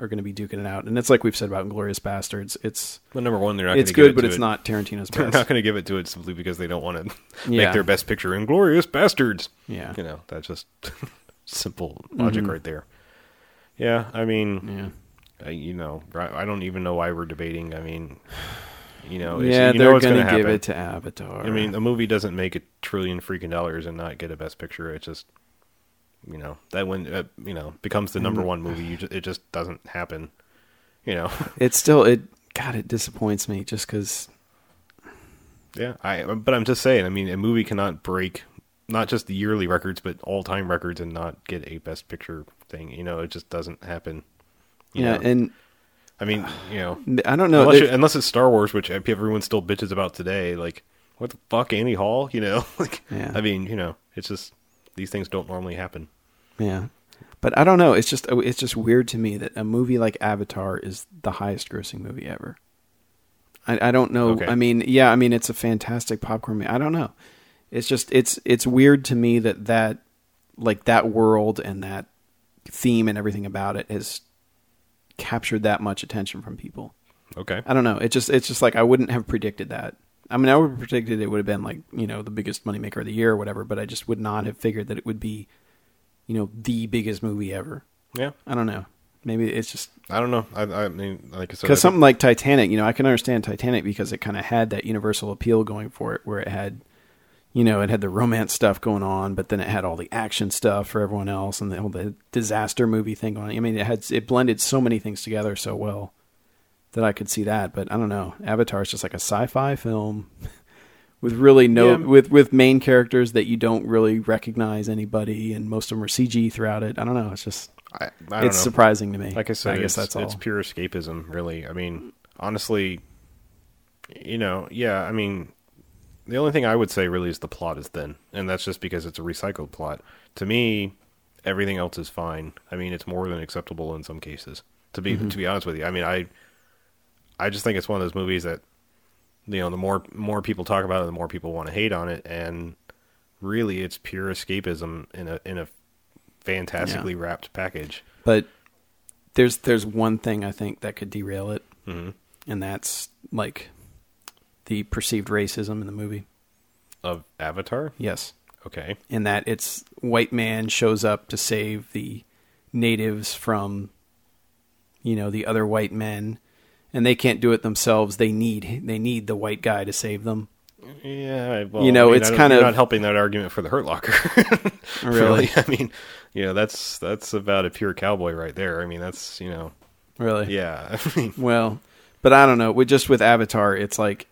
are going to be duking it out. And it's like we've said about Inglorious Bastards. It's
Well, number one, they're not.
it's
gonna give
good,
it
but
to
it's
it.
not Tarantino's
They're
best.
not going to give it to it simply because they don't want to
Yeah.
make their best picture. Inglorious Bastards.
Yeah. Mm-hmm.
You know that's just simple logic right there. Yeah. I mean.
yeah.
I, you know, I I don't even know why we're debating. I mean, you know, it's,
yeah,
you know
they're
it's
going
gonna
to give
happen.
it to Avatar.
I mean, a movie doesn't make a trillion freaking dollars and not get a Best Picture. It just, you know, that when uh, you know becomes the
Mm-hmm.
number one movie, you ju- it just doesn't happen. You know,
it's still it. God, it disappoints me just because.
yeah. I but I'm just saying. I mean, a movie cannot break not just the yearly records but all time records and not get a Best Picture thing. You know, it just doesn't happen. you
Yeah,
know?
and
I mean, you know,
I don't know.
unless,
there-
you- unless it's Star Wars, which uh, everyone still bitches about today. Like, what the fuck, Andy Hall? You know, like,
Yeah.
I mean, you know, it's just these things don't normally happen.
yeah, but I don't know. It's just it's just weird to me that a movie like Avatar is the highest grossing movie ever. I, I don't know.
Okay.
I mean, yeah, I mean it's a fantastic popcorn movie. I don't know. It's just it's it's weird to me that that like that world and that theme and everything about it has captured that much attention from people.
Okay,
I don't know. It just it's just like I wouldn't have predicted that. I mean, I would have predicted it would have been like you know the biggest moneymaker of the year or whatever, but I just would not have figured that it would be, you know, the biggest movie ever.
yeah,
I don't know. Maybe it's just
I don't know. I, I mean, like I said, I
because
think-
something like Titanic, you know, I can understand Titanic because it kind of had that universal appeal going for it, where it had, you know, it had the romance stuff going on, but then it had all the action stuff for everyone else and the whole the disaster movie thing going. on. I mean, it had it blended so many things together so well that I could see that. But I don't know, Avatar is just like a sci-fi film with really no
Yeah.
with with main characters that you don't really recognize anybody, and most of them are CG throughout it. I don't know. It's just
I, I don't
it's
know.
surprising to me.
Like I said,
I guess
it's,
that's all.
It's pure escapism, really. I mean, honestly, you know, yeah. I mean, the only thing I would say really is the plot is thin, and that's just because it's a recycled plot. To me, everything else is fine. I mean, it's more than acceptable in some cases. To be
Mm-hmm.
to be honest with you, I mean, I I just think it's one of those movies that you know the more more people talk about it, the more people want to hate on it, and really, it's pure escapism in a in a fantastically wrapped package.
but there's there's one thing I think that could derail it, and that's like the perceived racism in the movie.
Of Avatar,
Yes,
Okay.
in that it's white man shows up to save the natives from you know the other white men, and they can't do it themselves. They need they need the white guy to save them.
Yeah. I- Well,
You know,
I mean,
it's
I don't-
kind
you're
of-
not helping that argument for the Hurt Locker.
Really?
I mean, you know, that's that's about a pure cowboy right there. I mean, that's you know,
Really?
yeah. I mean,
Well, but I don't know. With just with Avatar, it's like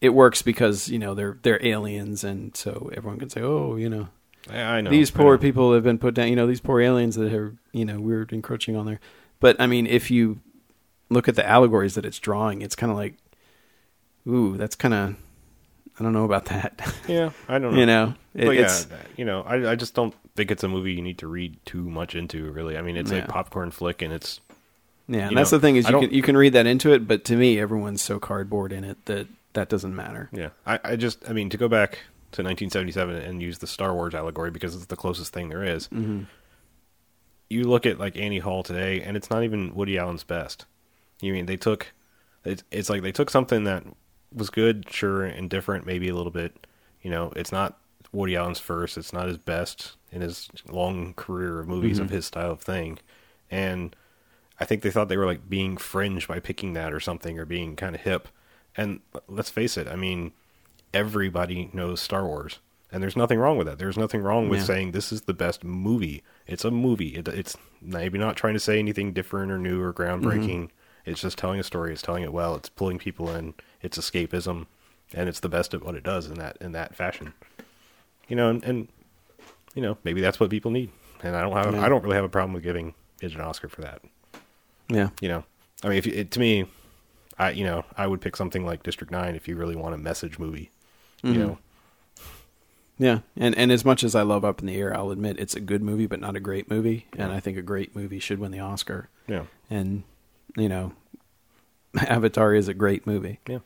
it works because you know they're they're aliens, and so everyone can say, oh, you know,
I I know
these
I
poor
know.
people have been put down. You know, these poor aliens that are, you know, we're encroaching on there. But I mean, if you look at the allegories that it's drawing, it's kind of like, ooh, that's kind of, I don't know about that.
Yeah, I don't know.
you know, It-
but yeah,
it's
you know, I I just don't think it's a movie you need to read too much into. Really, I mean, it's
Yeah.
a popcorn flick, and it's
yeah.
you
And that's
know,
the thing is
I
you
don't-
can you can read that into it, but to me, everyone's so cardboard in it that that doesn't matter.
Yeah, I, I just, I mean, to go back to 1977 and use the Star Wars allegory because it's the closest thing there is, You look at like Annie Hall today, and it's not even Woody Allen's best. You mean they took, it's it's like they took something that was good, sure, and different, maybe a little bit. You know, it's not Woody Allen's first. It's not his best in his long career of movies of his style of thing, and I think they thought they were like being fringe by picking that or something or being kind of hip. And let's face it, I mean, everybody knows Star Wars. And there's nothing wrong with that. There's nothing wrong with
Yeah.
saying this is the best movie. It's a movie. It, it's maybe not trying to say anything different or new or groundbreaking. It's just telling a story. It's telling it well. It's pulling people in. It's escapism, and it's the best at what it does in that in that fashion. You know, and, and you know maybe that's what people need. And I don't have I don't really have a problem with giving it an Oscar for that
Yeah.
you know i mean if you, it, to me i you know i would pick something like district 9 if you really want a message movie you
Mm-hmm.
know
Yeah, and and as much as I love Up in the Air, I'll admit it's a good movie, but not a great movie. And I think a great movie should win the Oscar.
yeah
And you know, Avatar is a great movie.
yeah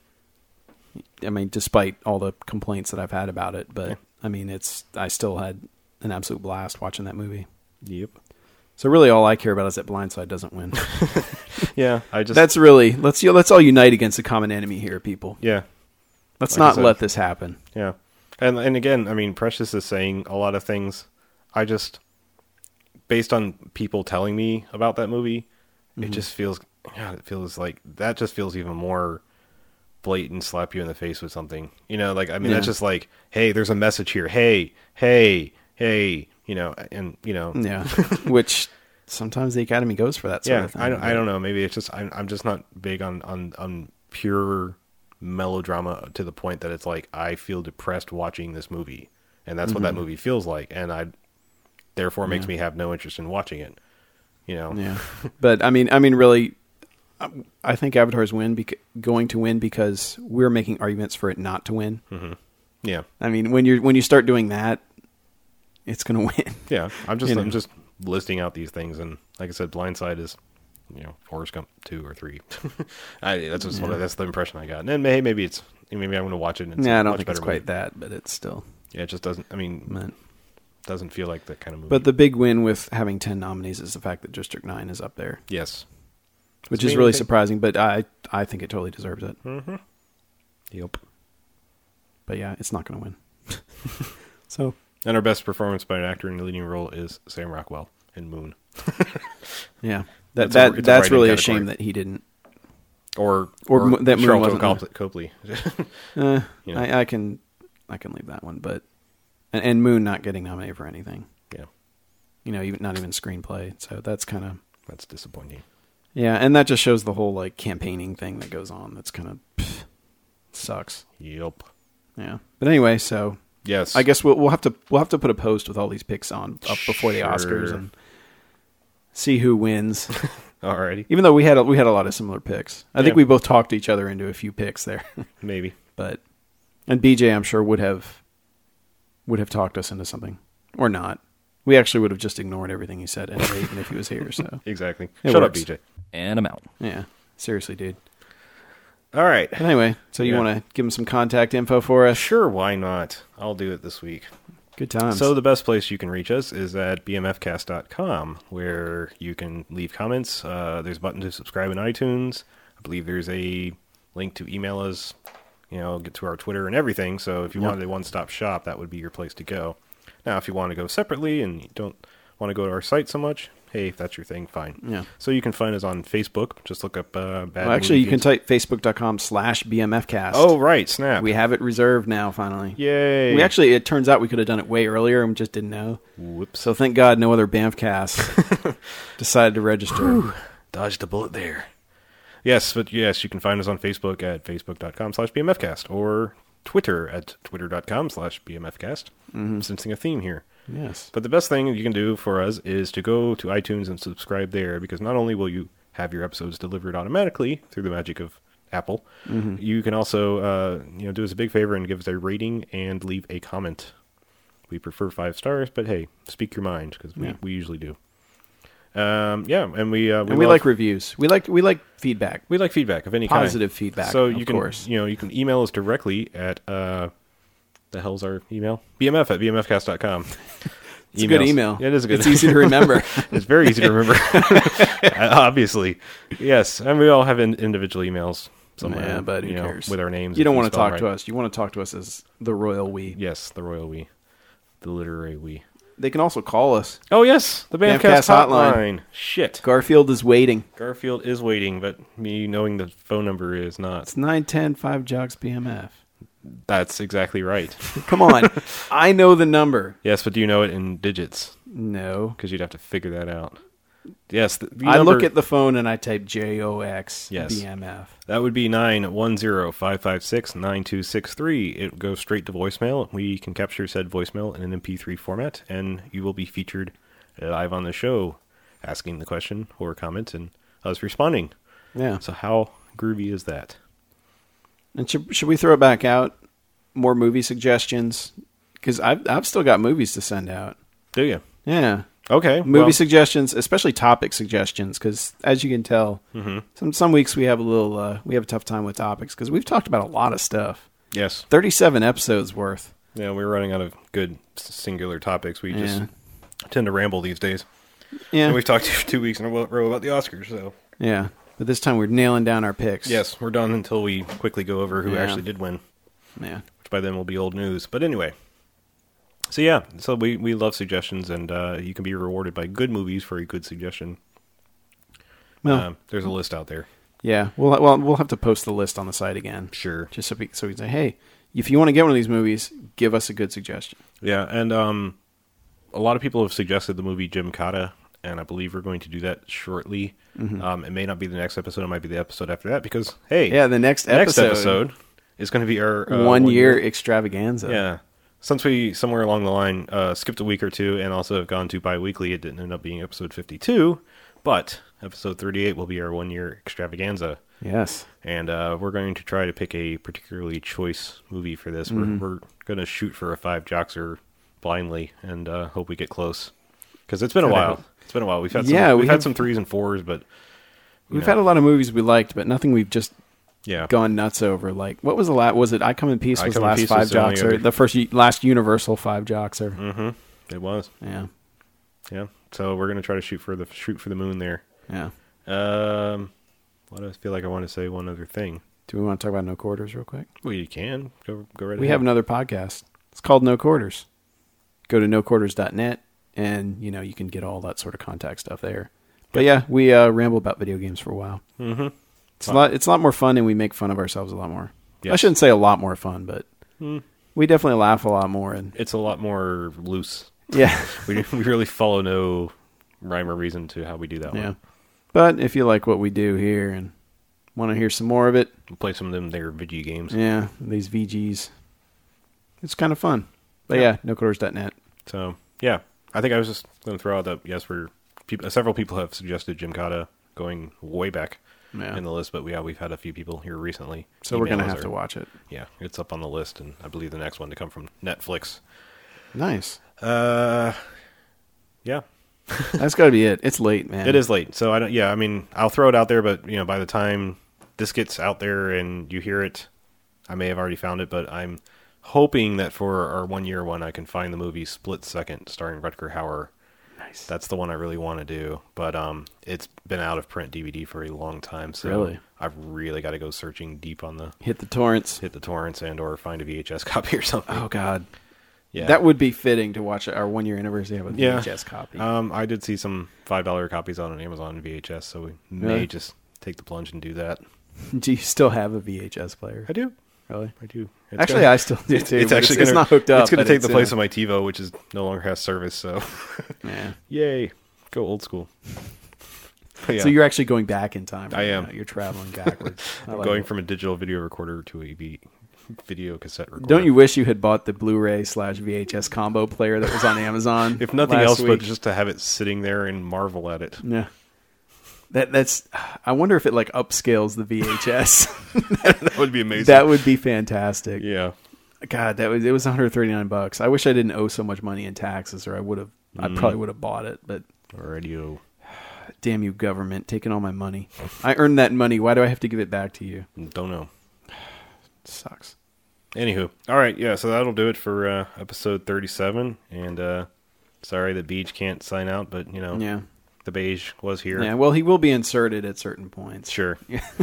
I mean, despite all the complaints that I've had about it, but I mean, it's I still had an absolute blast watching that movie.
yep
So really, all I care about is that Blindside doesn't win.
yeah i just
That's really let's you know, let's all unite against a common enemy here, people.
yeah
Let's
Like I
not
said.
let this happen.
yeah and and again i mean precious is saying a lot of things i just based on people telling me about that movie it
Mm-hmm.
just feels god it feels like that just feels even more blatant slap you in the face with something you know like i mean that's
Yeah.
just like hey there's a message here hey hey hey you know and you know
Yeah, which sometimes the Academy goes for that sort
yeah,
of thing.
I don't, I don't know. Maybe it's just I'm, I'm just not big on, on on pure melodrama to the point that it's like I feel depressed watching this movie, and that's
Mm-hmm.
what that movie feels like, and I therefore makes me have no interest in watching it. You know,
Yeah, but I mean, I mean, really, I- I think Avatar's win bec- going to win because we're making arguments for it not to win.
Hmm. yeah,
I mean, when you when you start doing that, it's going to win.
yeah. I'm just
You
I'm
know.
just listing out these things, and like I said, Blindside is you know Forrest Gump two or three. I, that's just what, that's the impression I got, and then may, maybe it's maybe I'm going to watch it. And it's
yeah,
a
I don't
much
think it's
better movie.
quite that, but it's still.
Yeah, it just doesn't. I mean,
Man.
doesn't feel like that kind of movie.
But the big win with having ten nominees is the fact that District Nine is up there,
yes,
which
It's
is really
amazing.
surprising. But I I think it totally deserves it.
Yep.
But yeah, it's not going to win. so
And our best performance by an actor in a leading role is Sam Rockwell in Moon,
yeah,
That's
that
a- it's
that
a
that's
writing
really a
category.
shame that he didn't.
or
Or Mo- that Moon
Charlton
wasn't
Cop- Copley.
Uh,
You know.
I, I can, I can leave that one. But and, and Moon not getting nominated for anything.
yeah,
You know, even not even screenplay. So that's kind of
that's disappointing.
yeah, and that just shows the whole like campaigning thing that goes on. That's kind of sucks.
Yep.
Yeah. But anyway, so
Yes,
I guess we'll we'll have to we'll have to put a post with all these picks on up before the Oscars
Sure.
and see who wins.
Alrighty,
even though we had a, we had a lot of similar picks, I
Yeah.
think we both talked each other into a few picks there.
maybe.
but and BJ I'm sure would have would have talked us into something or not. We actually would have just ignored everything he said anyway, even if he was here. So
Exactly.
It
Shut
works.
up, BJ.
And I'm out.
yeah, seriously, dude.
All right.
But anyway, so you
Yeah.
want to give him some contact info for us?
Sure, why not? I'll do it this week.
Good times.
So the best place you can reach us is at bmfcast.com, where you can leave comments. Uh, there's a button to subscribe in iTunes. I believe there's a link to email us, you know, get to our Twitter and everything. So if you wanted a one-stop shop, that would be your place to go. Now, if you want to go separately and you don't want to go to our site so much, hey, if that's your thing, fine.
Yeah.
So you can find us on Facebook. Just look up uh, Bad
well, actually, you
Movie
can
Geeks.
type facebook.com slash bmfcast.
Oh, right, snap.
we have it reserved now. Finally,
Yay.
We actually, it turns out we could have done it way earlier and we just didn't know.
Whoops.
So thank God no other Banffcast decided to register.
Dodged a bullet there. Yes, but yes, you can find us on Facebook at facebook.com slash bmfcast or Twitter at twitter.com slash bmfcast. I'm sensing a theme here.
yes.
But the best thing you can do for us is to go to iTunes and subscribe there because not only will you have your episodes delivered automatically through the magic of Apple,
Mm-hmm.
you can also uh, you know do us a big favor and give us a rating and leave a comment. We prefer five stars, but hey, speak your mind because we,
Yeah.
we usually do. Um, yeah, and we uh,
And we
love-
like reviews. We like we like feedback.
we like feedback of any
Positive
kind.
feedback,
So
of
you can,
course.
you know, you can email us directly at uh, the hell's our email? BMF at bmfcast.com.
It's a good email.
It is a good.
It's easy to remember.
it's very easy to remember. Obviously, yes, and we all have in, individual emails somewhere.
yeah, but who
you know,
cares?
with our names?
You
if
don't
we
want to
spell
talk
them
to
right.
us. You want to talk to us as the royal we.
Yes, the royal we, the literary we.
They can also call us.
Oh yes, the Bamcast,
Bamcast
hotline.
hotline.
Shit,
Garfield is waiting.
Garfield is waiting, but me knowing the phone number is not.
It's 910 5 Jogs BMF.
That's exactly right.
Come on. I know the number.
yes, but do you know it in digits?
No.
Because you'd have to figure that out. Yes, the, the
I look
number-
at the phone and I type J O X
Yes.
B M F.
That would be 910-556-9263. It goes straight to voicemail. We can capture said voicemail in an MP3 format, and you will be featured live on the show, asking the question or comment, and us responding.
Yeah.
So how groovy is that?
And should, should we throw it back out? More movie suggestions? Because I've, I've still got movies to send out.
Do you?
Yeah.
Okay.
Movie
well,
suggestions, especially topic suggestions, because as you can tell,
Mm-hmm.
some some weeks we have a little uh, we have a tough time with topics because we've talked about a lot of stuff.
Yes.
Thirty seven episodes worth.
Yeah, we're running out of good s- singular topics. We just
Yeah.
tend to ramble these days.
Yeah,
And we've talked two weeks in a row about the Oscars, so...
yeah. But this time we're nailing down our picks.
Yes, we're done until we quickly go over who
Yeah.
actually did win.
Yeah.
which by then will be old news. But anyway, so yeah, so we, we love suggestions, and uh, you can be rewarded by good movies for a good suggestion.
Well,
Um, there's a list out there.
yeah. We'll well we'll have to post the list on the site again,
Sure.
just so we, so we can say, hey, if you want to get one of these movies, give us a good suggestion.
Yeah, and um, a lot of people have suggested the movie Jim Cotta, and I believe we're going to do that shortly.
Mm-hmm.
Um, it may not be the next episode; it might be the episode after that because hey,
Yeah, the next
next
episode,
episode is going to be our uh,
one, year, extravaganza.
Yeah. Since we somewhere along the line uh, skipped a week or two and also have gone to bi-weekly, it didn't end up being episode 52, but episode 38 will be our one-year extravaganza,
Yes.
and uh, we're going to try to pick a particularly choice movie for this.
Mm-hmm.
We're, we're going to shoot for a five joxer blindly and uh, hope we get close because it's been a while. It's been a while. We've had some,
Yeah, we
we've had
have-
some threes and fours, but
We've had a lot of movies we liked, but nothing we've just
yeah,
gone nuts over. Like, what was the last? Was it I Come in Peace?
I
Was the
Come in
last
Peace
five
was the only
joxer
other- Mm.
the first u- last Universal five joxer?
it was.
Yeah,
Yeah. So we're going to try to shoot for the shoot for the moon there.
yeah.
Um, what I feel like I want to say one other thing.
Do we want to talk about No Quarters real quick?
Well, you can go go right.
We
ahead.
have another podcast. It's called No Quarters. Go to noquarters.net, and you know you can get all that sort of contact stuff there. But yeah, we uh, ramble about video games for a while. Mm-hmm. It's a lot. It's a lot more fun, and we make fun of ourselves a lot more. I
Yes. Hmm.
shouldn't say a lot more fun, but we definitely laugh a lot more. And
It's a lot more loose.
yeah.
We we really follow no rhyme or reason to how we do that
Yeah.
one.
But if you like what we do here and want to hear some more of it,
We play some of them their video games.
yeah, these VGs, it's kind of fun. But yeah, nocolors.net.
So yeah, I think I was just going to throw out that yes, we're people, several people have suggested Jim Cotta going way back
Yeah.
in the list, but yeah, we've had a few people here recently.
So we're going to
Emails
have to
are-
watch it.
Yeah, it's up on the list, and I believe the next one to come from Netflix.
Nice.
Uh, yeah,
That's got to be it. It's late, man.
It is late, so I don't. Yeah, I mean, I'll throw it out there, but you know, by the time this gets out there and you hear it, I may have already found it. But I'm hoping that for our one year one, I can find the movie Split Second starring Rutger Hauer.
Nice.
That's the one I really want to do, but um, it's been out of print DVD for a long time, so
Really?
I've really got to go searching deep on the
Hit the torrents.
hit the torrents and or find a VHS copy or something.
Oh, God.
yeah,
That would be fitting to watch our one year anniversary of a
Yeah.
VHS copy.
Um, I did see some five dollar copies out on Amazon VHS, so we may
Really?
just take the plunge and do that.
do you still have a VHS player?
I do.
Really?
I do. It's
actually,
gonna-
I still do too.
it's
but
actually
it's
gonna,
not hooked up.
It's going
but
to take the place
uh,
of my TiVo, which is no longer has service. So,
yeah.
yay, go old school. But yeah,
So you're actually going back in time. right
I am.
now. You're traveling backwards. I
I'm
like
going
it.
from a digital video recorder to a v- video cassette recorder.
Don't you wish you had bought the Blu-ray slash VHS combo player that was on Amazon?
If nothing
last
else, but
week?
just to have it sitting there and marvel at it.
yeah. That that's. I wonder if it like upscales the VHS.
That would be amazing.
that would be fantastic.
yeah.
God, that was it was 139 bucks. I wish I didn't owe so much money in taxes, or I would have. I
Mm.
probably would have bought it. But
Radio.
damn you, government, taking all my money. I earned that money. Why do I have to give it back to you?
Don't know.
It sucks.
Anywho, all right, yeah, so that'll do it for uh, episode thirty-seven. And uh, sorry that Beige can't sign out, but you know,
Yeah.
the beige was here.
Yeah. Well, he will be inserted at certain points.
Sure. yeah.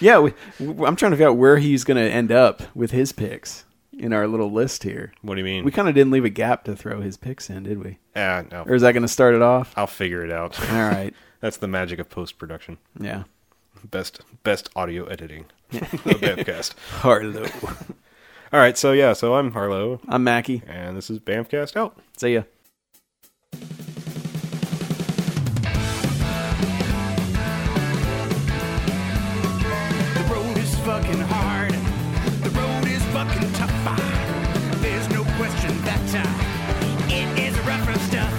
Yeah, we, w- I'm trying to figure out where he's going to end up with his picks in our little list here.
What do you mean?
We kind of didn't leave a gap to throw his picks in, did we?
Ah, no.
Or is that going to start it off?
I'll figure it out.
All right.
That's the magic of post production.
Yeah.
Best best audio editing. of Bamcast.
Harlow.
All right, so yeah, so I'm Harlow,
I'm Mackie.
and this is Bamfcast out.
See ya.
The road is fucking hard. The road is fucking tough. Ah, There's no question that uh, it is rough, rough stuff.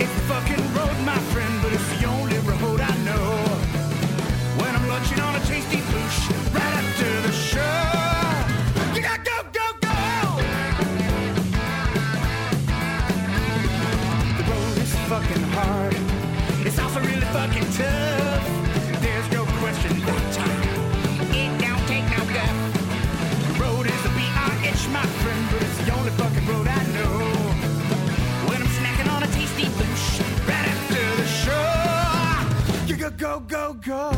It's the fucking road, my friend, but it's the only road I know. When I'm lunching on a tasty boosh right after the show. You gotta go, go, go! The road is fucking hard. It's also really fucking tough. There's no question that time. It don't take no guff. The road is a B.I.H., my friend, but it's the only fucking road I know. When I'm snacking on a tasty boosh right after the show, you go, go, go, go.